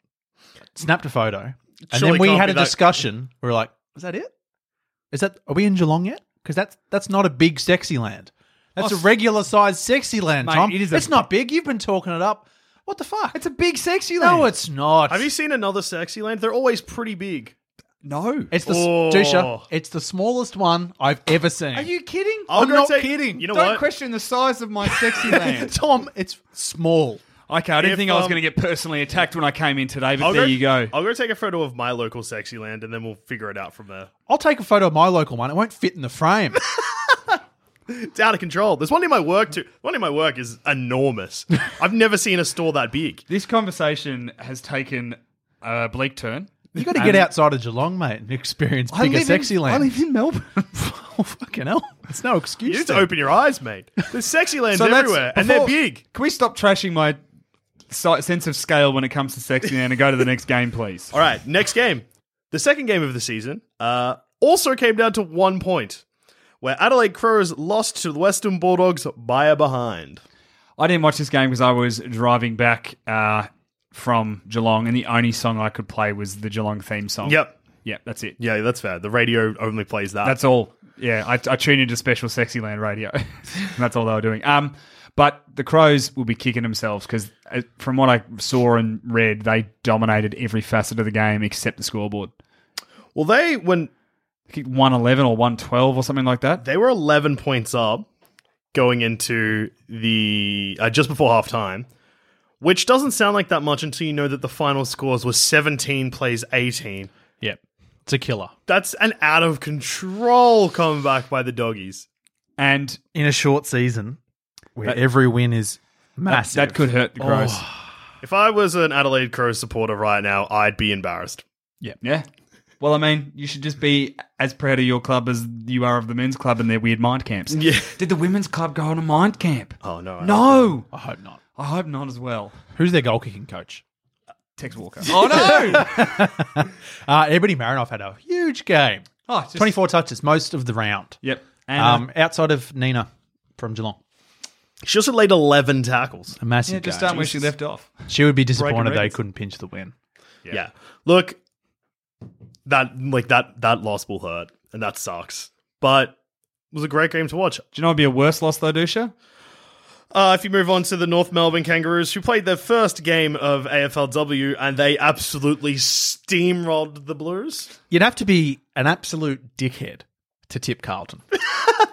Snapped a photo. And Surely then we can't had be a that- discussion. We were like, is that it? Is that, are we in Geelong yet? Because that's, that's not a big sexy land. That's Oh, a regular sized sexy land, Mate, Tom. it is a- it's not big. You've been talking it up. What the fuck? It's a big sexy land. no, it's not. Have you seen another sexy land? They're always pretty big. No. It's the Oh. Dusha, It's the smallest one I've ever seen. Are you kidding? I'll I'm go not take- kidding. you know Don't what? question the size of my sexy land. Tom? It's small. Okay, I didn't If, think I was um, going to get personally attacked when I came in today, but there you go. I'll go take a photo of my local sexy land and then we'll figure it out from there. I'll take a photo of my local one. It won't fit in the frame. It's out of control. There's one in my work too. One in my work is enormous. I've never seen a store that big. This conversation has taken a bleak turn. You got to get outside of Geelong, mate, and experience bigger sexy land. I live in Melbourne. oh, fucking hell! It's no excuse. You need to then. open your eyes, mate. There's sexy lands that's- everywhere and they're before- big. Can we stop trashing my si- sense of scale when it comes to sexy land and go to the next game, please? All right, next game. The second game of the season uh, also came down to one point, where Adelaide Crows lost to the Western Bulldogs by a behind. I didn't watch this game because I was driving back uh, from Geelong, and the only song I could play was the Geelong theme song. Yep. Yep, that's it. Yeah, that's fair. The radio only plays that. That's all. Yeah, I, I tuned into Special Sexy Land Radio. and that's all they were doing. Um, but the Crows will be kicking themselves because, uh, from what I saw and read, they dominated every facet of the game except the scoreboard. well, they when They kicked one eleven or one twelve or something like that. they were 11 points up going into the uh, just before halftime, which doesn't sound like that much until you know that the final scores were 17 plays 18. Yep, it's a killer That's an out of control comeback by the doggies. And in a short season where every win is that, massive. that could hurt the Crows. If I was an Adelaide Crows supporter right now, I'd be embarrassed. Yeah. Well, I mean, you should just be as proud of your club as you are of the men's club and their weird mind camps. Yeah. Did the women's club go on a mind camp? Oh, no, I No. I hope not. I hope not as well. Who's their goal kicking coach? Tex Walker. Oh no. Uh, Ebony Marinoff had a huge game. oh, just- Twenty four touches most of the round. Yep. And, uh, Um, outside of Nina from Geelong, She also laid 11 tackles. a massive yeah, just game. starting where she left off. She would be Breaking disappointed they records. couldn't pinch the win. Yeah. Look, that like that that loss will hurt and that sucks. But it was a great game to watch. Do you know it'd be a worse loss though, Dusha? Uh, if you move on to the North Melbourne Kangaroos, who played their first game of AFLW and they absolutely steamrolled the Blues. You'd have to be an absolute dickhead to tip Carlton.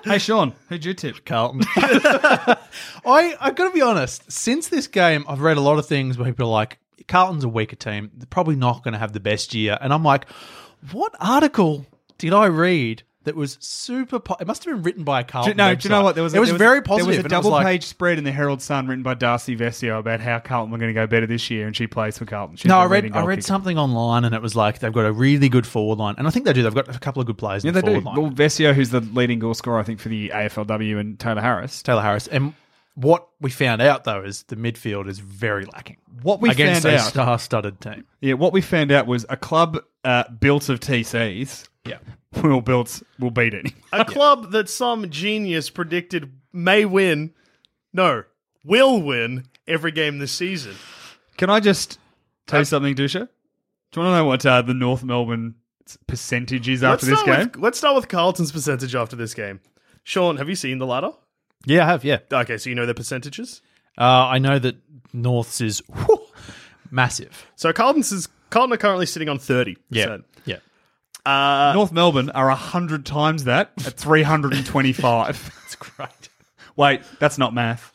hey Sean, who'd you tip? Carlton. I I've got to be honest. Since this game, I've read a lot of things where people are like, "Carlton's a weaker team. They're probably not going to have the best year." And I'm like, "What article did I read that was super? Po- it must have been written by a Do, Carlton." no, do you know website. what? There was a, it was there very positive. There was a and I double like, page spread in the Herald Sun written by Darcy Vesio about how Carlton were going to go better this year, and she plays for Carlton. She's No, their I read leading I goal read kicker. something online and it was like they've got a really good forward line, and I think they do. They've got a couple of good players. Yeah, in they the do. forward line. Well, Vesio, who's the leading goal scorer, I think, for the AFLW, and Taylor Harris. Taylor Harris. And what we found out though is the midfield is very lacking. What we against found a out- star-studded team. Yeah, what we found out was a club uh, built of TCs Yeah. will built will beat it. A club that some genius predicted may win, no, will win every game this season. Can I just tell you something, Dusha? Do you want to know what uh, the North Melbourne percentage is after this start game? With, let's start with Carlton's percentage after this game. Sean, have you seen the ladder? Yeah, I have. Yeah, Okay, so you know the percentages. uh, I know that North's is whew, massive. So Carlton's is Carlton are currently sitting on thirty percent. yeah. Uh, North Melbourne are 100 times that at 325. that's great. Wait, that's not math.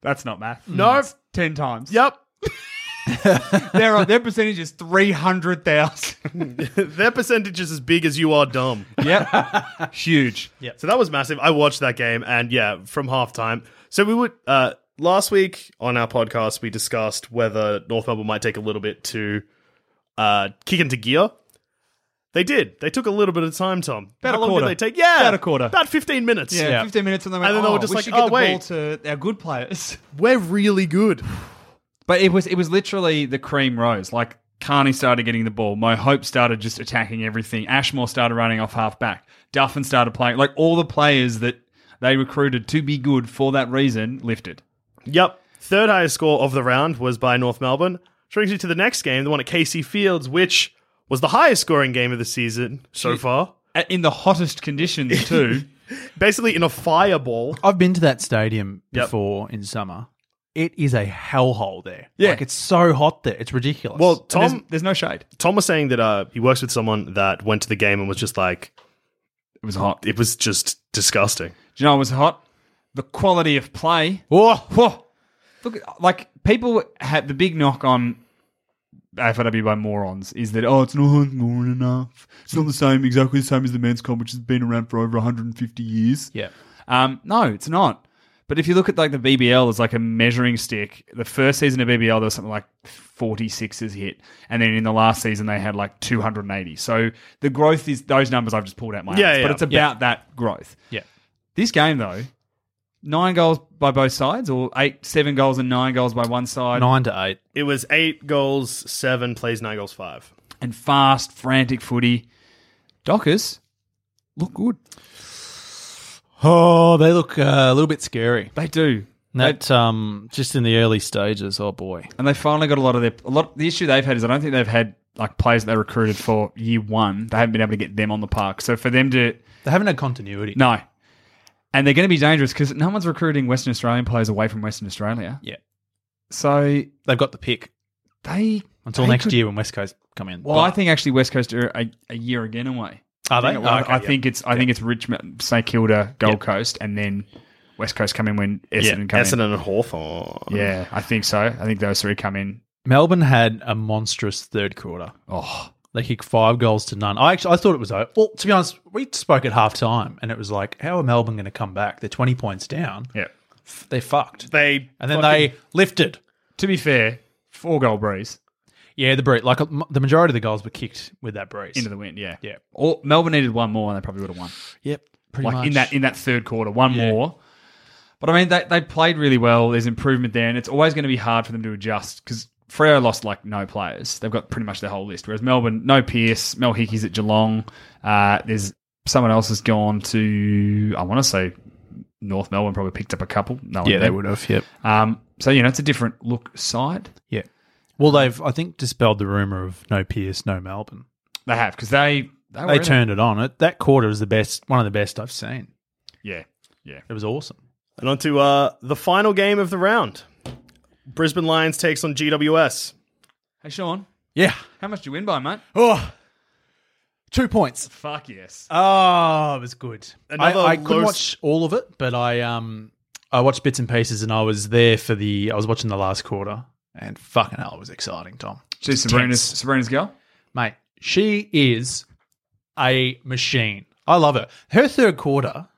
That's not math. No. It's 10 times. Mm. yep, Their, their percentage is 300,000. their percentage is as big as you are dumb. yep. Huge. Yep. So that was massive. I watched that game, and yeah, from halftime. So we would uh, last week on our podcast we discussed whether North Melbourne might take a little bit to uh, kick into gear. They did. They took a little bit of time, Tom. About How a long quarter. did they take? Yeah, About a quarter. About fifteen minutes. Yeah, 15 minutes, and then went, And then they oh, were just we like, should get oh, the wait. ball to our good players. we're really good. But it was it was literally the cream rose. Like Carney started getting the ball. Mo Hope started just attacking everything. Ashmore started running off half back. Duffin started playing. Like all the players that they recruited to be good for that reason lifted. Yep. Third highest score of the round was by North Melbourne. Brings you to the next game, the one at KC Fields, which was the highest scoring game of the season so far. In the hottest conditions, too. Basically, in a fireball. I've been to that stadium Yep. before in summer. It is a hellhole there. Yeah. Like it's so hot there. It's ridiculous. Well, And there's, Tom there's no shade. Tom was saying that uh, he works with someone that went to the game and was just like, It was hot. it was just disgusting. Do you know it was hot? The quality of play. Whoa. Whoa. Look, at- like people had the big knock on AFLW by morons is that oh, it's not more than enough. It's not the same, exactly the same as the men's comp, which has been around for over 150 years. Yeah. Um, no, it's not. But if you look at like the BBL as like a measuring stick, the first season of BBL there was something like 46s hit, and then in the last season they had like 280. So the growth is those numbers I've just pulled out my Yeah, ass, yeah, but it's yeah. about that growth. Yeah. This game though, nine goals by both sides, or eight, seven goals and nine goals by one side, Nine to eight. It was eight goals, seven plays, nine goals, five. and fast, frantic footy. Dockers look good. Oh, they look uh, a little bit scary. They do. That um, just in the early stages. Oh boy. and they finally got a lot of their a lot. The issue they've had is I don't think they've had like players that they recruited for year one. They haven't been able to get them on the park. So for them to They haven't had continuity. no, and they're going to be dangerous because no one's recruiting Western Australian players away from Western Australia. Yeah. So They've got the pick they until they next could- year when West Coast come in. Well, But- I think actually West Coast are a, a year again away. Are they? I Oh, think, it- I- Oh, Okay, I yeah. think it's I think it's Richmond, St Kilda, Gold Coast, and then West Coast come in when Essendon come in. Essendon and Hawthorn. Yeah, I think so. I think those three come in. Melbourne had a monstrous third quarter. Oh, They kicked five goals to none. I actually I thought it was over. Well, to be honest, we spoke at half time and it was like, how are Melbourne going to come back? They're 20 points down. yeah. They're fucked. They and then fucking- they lifted. To be fair, four goal breeze. Yeah, the breeze. Like m- the majority of the goals were kicked with that breeze. into the wind. Yeah, Yeah. Or Melbourne needed one more, and they probably would have won. yep, pretty like much. in that in that third quarter, one Yeah. more. But I mean, they they played really well. There's improvement there, and it's always going to be hard for them to adjust because Freo lost like no players. They've got pretty much their whole list. Whereas Melbourne, no Pierce, Mel Hickey's at Geelong. Uh, there's someone else has gone to. I want to say North Melbourne probably picked up a couple. No, one yeah, they did. would have. Yep. Um, so you know, it's a different look side. Yeah. Well, they've I think dispelled the rumor of no Pierce, no Melbourne. They have because they they, were They in it. turned it on. It, that quarter was the best, one of the best I've seen. Yeah, yeah. It was awesome. And on to uh, the final game of the round. Brisbane Lions takes on GWS. Hey Sean, Yeah. how much do you win by, mate? Oh, two points. Fuck yes. Oh, it was good. Another I, I couldn't low- watch all of it, but I um I watched bits and pieces, and I was there for the I was watching the last quarter, and fucking hell, it was exciting, Tom. She's Just Sabrina's tense. Sabrina's girl. mate. She is a machine. I love her. Her third quarter,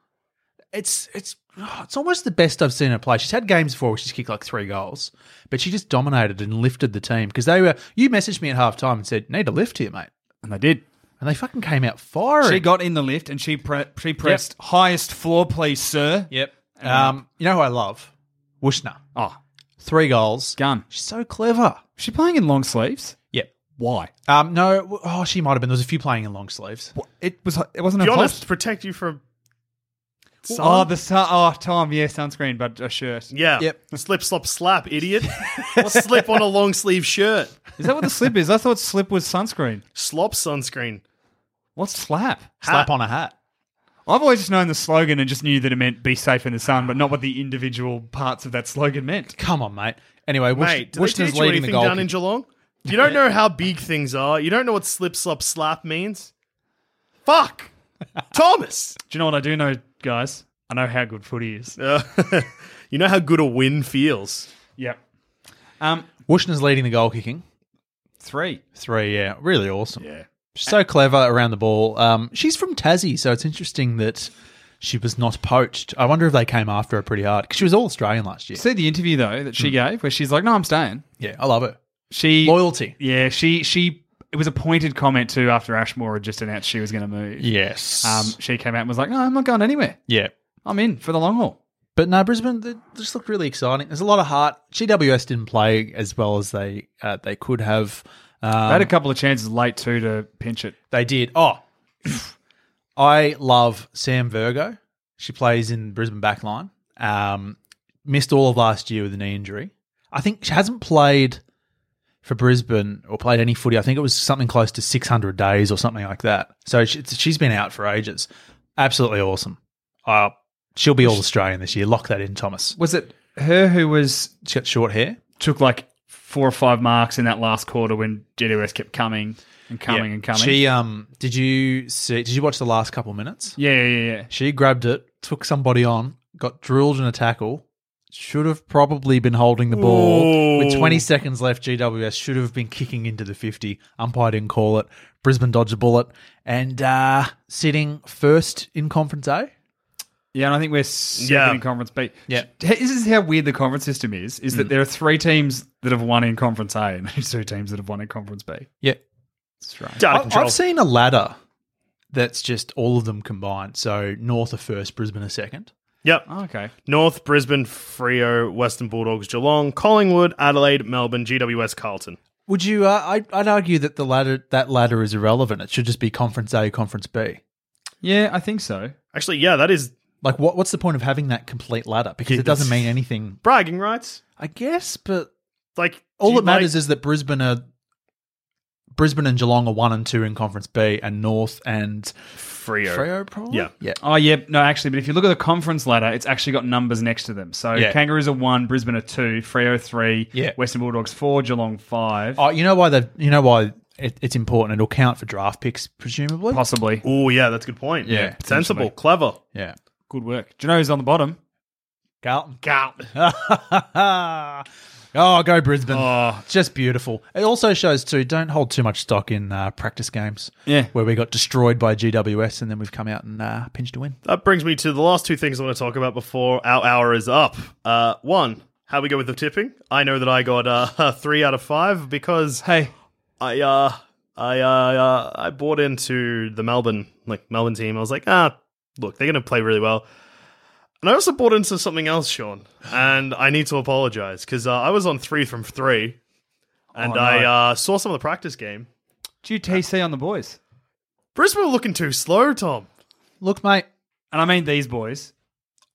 it's it's oh, it's almost the best I've seen her play. She's had games before where she's kicked like three goals, but she just dominated and lifted the team because they were. You messaged me at halftime and said, "Need a lift here, mate," And they did. and they fucking came out firing. She got in the lift and she pre- she pressed highest floor, please, sir. Uh, Yep. Um, you know who I love? Wushner. Oh, Three goals. gun. She's so clever. Is she playing in long sleeves? Yep. Why? Um, no, w- oh, she might have been. There was a few playing in long sleeves. It was. It wasn't To a be hot- honest, protect you from. Oh, the sun. Oh, Tom. Yeah, sunscreen, but a shirt. Yeah. Yep. Slip, slop, slap, idiot. slip on a long sleeve shirt. Is that what the slip is? I thought slip was sunscreen. Slop sunscreen. What's slap? Slap on a hat. I've always just known the slogan and just knew that it meant "be safe in the sun," but not what the individual parts of that slogan meant. Come on, mate. Anyway, Wush- Mate, do they Wushner's teach you leading the anything goal. down in Geelong? You don't know how big things are. You don't know what slip, slop, slap means. Fuck. Thomas. Do you know what I do know, guys? I know how good footy is. Uh, you know how good a win feels. Yep. Um, Wushner's leading the goal kicking. three. Three, yeah. Really awesome. Yeah. She's so clever around the ball. Um, she's from Tassie, so it's interesting that she was not poached. I wonder if they came after her pretty hard because she was all Australian last year. See the interview though that she gave, where she's like, "No, I'm staying." Yeah, I love her. She Loyalty. Yeah, she she. It was a pointed comment too after Ashmore had just announced she was going to move. Yes. Um, she came out and was like, "No, I'm not going anywhere. yeah. I'm in for the long haul." But no, Brisbane they just looked really exciting. There's a lot of heart. GWS didn't play as well as they uh, they could have. they had Um, a couple of chances late too to pinch it. they did. Oh, I love Sam Virgo. She plays in Brisbane backline. Um, missed all of last year with a knee injury. I think she hasn't played for Brisbane or played any footy. I think it was something close to 600 days or something like that. So she, she's been out for ages. Absolutely awesome. Uh, she'll be all Australian this year. Lock that in, Thomas. Was it her who was She got short hair. took like four or five marks in that last quarter when GWS kept coming and coming and coming? She um did you see did you watch the last couple minutes? yeah, yeah, yeah, yeah. She grabbed it, took somebody on, got drilled in a tackle. Should have probably been holding the ball. With 20 seconds left, GWS should have been kicking into the 50. Umpire didn't call it. Brisbane dodged a bullet and uh, sitting first in Conference eh? A. Yeah, and I think we're second Yeah. in Conference B. Yeah. This is how weird the conference system is, is that there are three teams that have won in Conference A and there's two teams that have won in Conference B. Yeah. That's right. Data I, control. I've seen a ladder that's just all of them combined. So North are first, Brisbane are second. Yep. Oh, okay. North, Brisbane, Frio, Western Bulldogs, Geelong, Collingwood, Adelaide, Melbourne, GWS, Carlton. Would you? Uh, I'd, I'd argue that the ladder that ladder is irrelevant. It should just be Conference A, Conference B. Yeah, I think so. Actually, yeah, that is Like, what what's the point of having that complete ladder? Because Yeah, it doesn't that's- mean anything, bragging rights. I guess. But Like all do you that matters like- is that Brisbane are Brisbane and Geelong are one and two in Conference B, and North and Frio. Freo probably. Yeah. yeah. Oh, yeah. No, actually, but if you look at the conference ladder, it's actually got numbers next to them. So Yeah. Kangaroos are one, Brisbane are two, Freo three, Yeah. Western Bulldogs four, Geelong five. Oh, you know why they? You know why it, it's important? It'll count for draft picks, presumably. Possibly. Oh yeah, that's a good point. Yeah, sensible, potentially. clever. Yeah. Good work. Do you know who's on the bottom? Carlton. Carlton. oh, go Brisbane. Just beautiful. It also shows, too, don't hold too much stock in uh, practice games. Yeah. Where we got destroyed by GWS and then we've come out and uh, pinched a win. That brings me to the last two things I want to talk about before our hour is up. Uh, one, how we go with the tipping. I know that I got uh, three out of five because Hey. I uh, I uh, uh, I bought into the Melbourne like Melbourne team. I was like, ah, look, they're going to play really well. And I also bought into something else, Sean. And I need to apologize because uh, I was on three from three, and Oh, no. I uh, saw some of the practice game. GTC on the boys. Brisbane were looking too slow, Tom. Look, mate. And I mean these boys.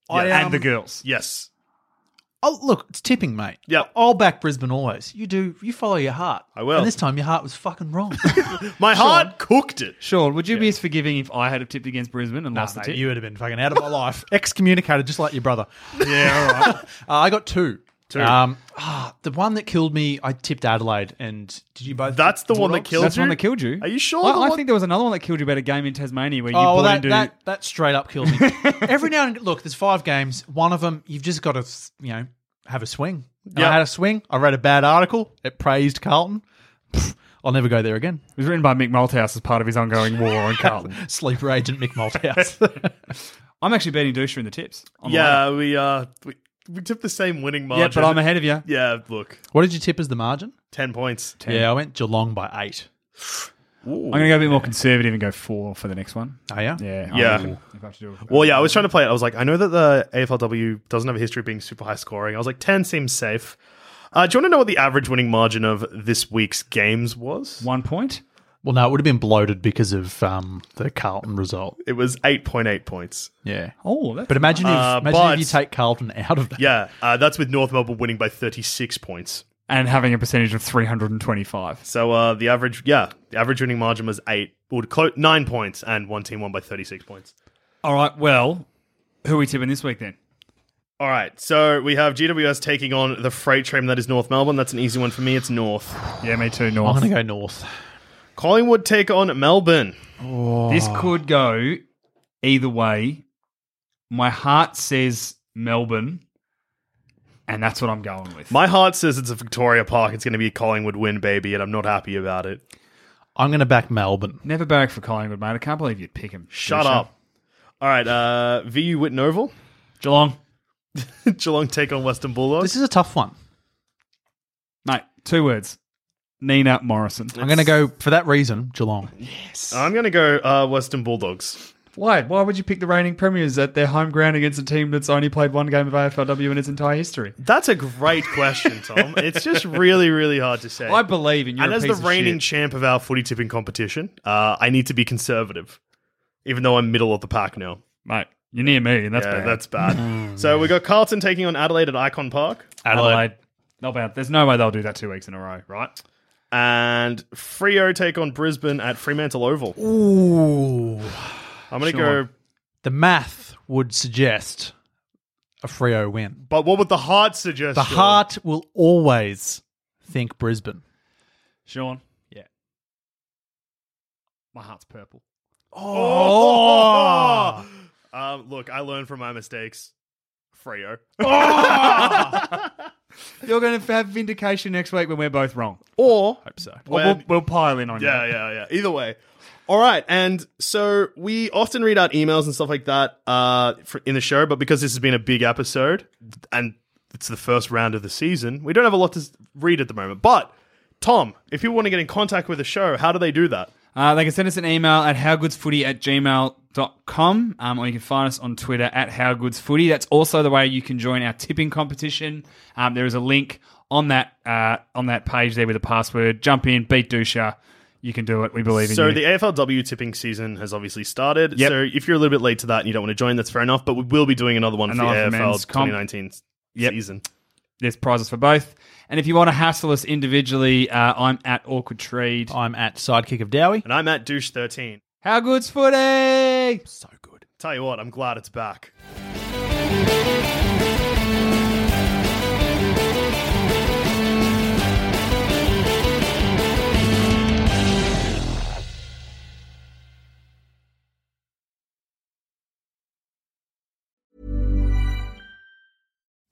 I, and um, the girls. Yes. Oh, look, it's tipping, mate. Yep. I'll back Brisbane always. You do. You follow your heart. I will. And this time your heart was fucking wrong. My heart cooked it. Sean, would you be as forgiving if I had a tipped against Brisbane and Nah, lost the mate, tip? you would have been fucking out of my life. Excommunicated, just like your brother. Yeah, all right. uh, I got two. Two. Um, ah, the one that killed me, I tipped Adelaide. And did you both? That's tip the one that Bulldogs? killed That's the you. one that killed you. Are you sure? the I, I one- think there was another one that killed you about a game in Tasmania where you Oh, bought well, that, into. that that straight up killed me. Every now and look, there's five games. One of them, you've just got to you know have a swing. And Yeah. I had a swing. I read a bad article. It praised Carlton. Pfft, I'll never go there again. It was written by Mick Malthouse as part of his ongoing war on Carlton. Sleeper agent Mick Malthouse. I'm actually beating Dusha in the tips. on the ladder. yeah, we uh we, we tipped the same winning margin. Yeah, but I'm ahead of you. Yeah, look, what did you tip as the margin? ten points. Yeah, I went Geelong by eight. I'm going to go a bit more conservative and go four for the next one. Oh yeah, Yeah. Yeah. I will, if I have to do it. Well, yeah, I was trying to play it. I was like, I know that the AFLW doesn't have a history of being super high scoring. I was like, ten seems safe. Uh, do you want to know what the average winning margin of this week's games was? One point. Well, no, it would have been bloated because of um, the Carlton result. It was eight point eight points. Yeah, Oh, that's but imagine if Uh, imagine but- if you take Carlton out of that. Yeah, uh, that's with North Melbourne winning by thirty six points. and having a percentage of 325. So uh, the average, yeah, the average winning margin was eight, or clo- nine points, and one team won by thirty six points. All right. Well, who are we tipping this week then? All right, so we have GWS taking on the freight train that is North Melbourne. That's an easy one for me. It's North. Yeah, me too. I'm North. going to go North. Collingwood take on Melbourne. This could go either way. My heart says Melbourne, and that's what I'm going with. My heart says it's a Victoria Park. It's going to be a Collingwood win, baby, and I'm not happy about it. I'm going to back Melbourne. Never barrack for Collingwood, mate. I can't believe you'd pick him. Shut up. All right, uh, VU Witten Oval. Geelong. Geelong take on Western Bulldogs. This is a tough one. Mate, two words. Nina Morrison. I'm going to go for that reason, Geelong. I'm going to go uh, Western Bulldogs. Why? Why would you pick the reigning premiers at their home ground against a team that's only played one game of AFLW in its entire history? That's a great question, Tom. it's just really, really hard to say. I believe in you. and as the reigning shit. champ of our footy tipping competition, uh, I need to be conservative, even though I'm middle of the pack now. mate, You're near me, and that's Yeah, bad. that's bad. so we got Carlton taking on Adelaide at Icon Park. Adelaide. Not bad. There's no way they'll do that two weeks in a row, right? And Frio take on Brisbane at Fremantle Oval. Ooh. I'm going to Sure. go. The math would suggest a Frio win. But what would the heart suggest? The Sean? heart will always think Brisbane. Sean. Yeah. My heart's purple. Oh. Um, look, I learned from my mistakes. Frio. You're going to have vindication next week when we're both wrong. or Hope so. When- we'll, we'll pile in on you. Yeah, yeah, yeah. Either way. All right. And so we often read out emails and stuff like that uh, for, in the show, but because this has been a big episode and it's the first round of the season, we don't have a lot to s- read at the moment. But, Tom, if people want to get in contact with the show, how do they do that? Uh, they can send us an email at howgoodsfooty at gmail.com um, or you can find us on Twitter at howgoodsfooty. That's also the way you can join our tipping competition. Um, there is a link on that uh, on that page there with a password. Jump in, beat Dusha. You can do it. We believe in So you. the AFLW tipping season has obviously started. Yep. So if you're a little bit late to that and you don't want to join, that's fair enough. But we will be doing another one Another for the men's AFL comp. 2019 Yep. season. There's prizes for both. And if you want to hassle us individually, uh, I'm at Awkward Treed. I'm at sidekick of Dowie. And I'm at douche 13. How good's footy? So good. Tell you what, I'm glad it's back.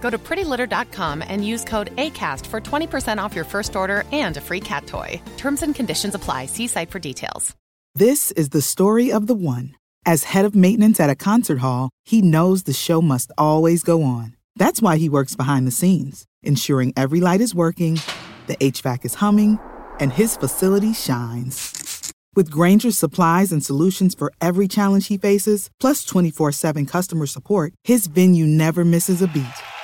Go to prettylitter.com and use code ACAST for 20% off your first order and a free cat toy. Terms and conditions apply. See site for details. This is the story of the one. As head of maintenance at a concert hall, he knows the show must always go on. That's why he works behind the scenes, ensuring every light is working, the HVAC is humming, and his facility shines. With Granger's supplies and solutions for every challenge he faces, plus 24 7 customer support, his venue never misses a beat.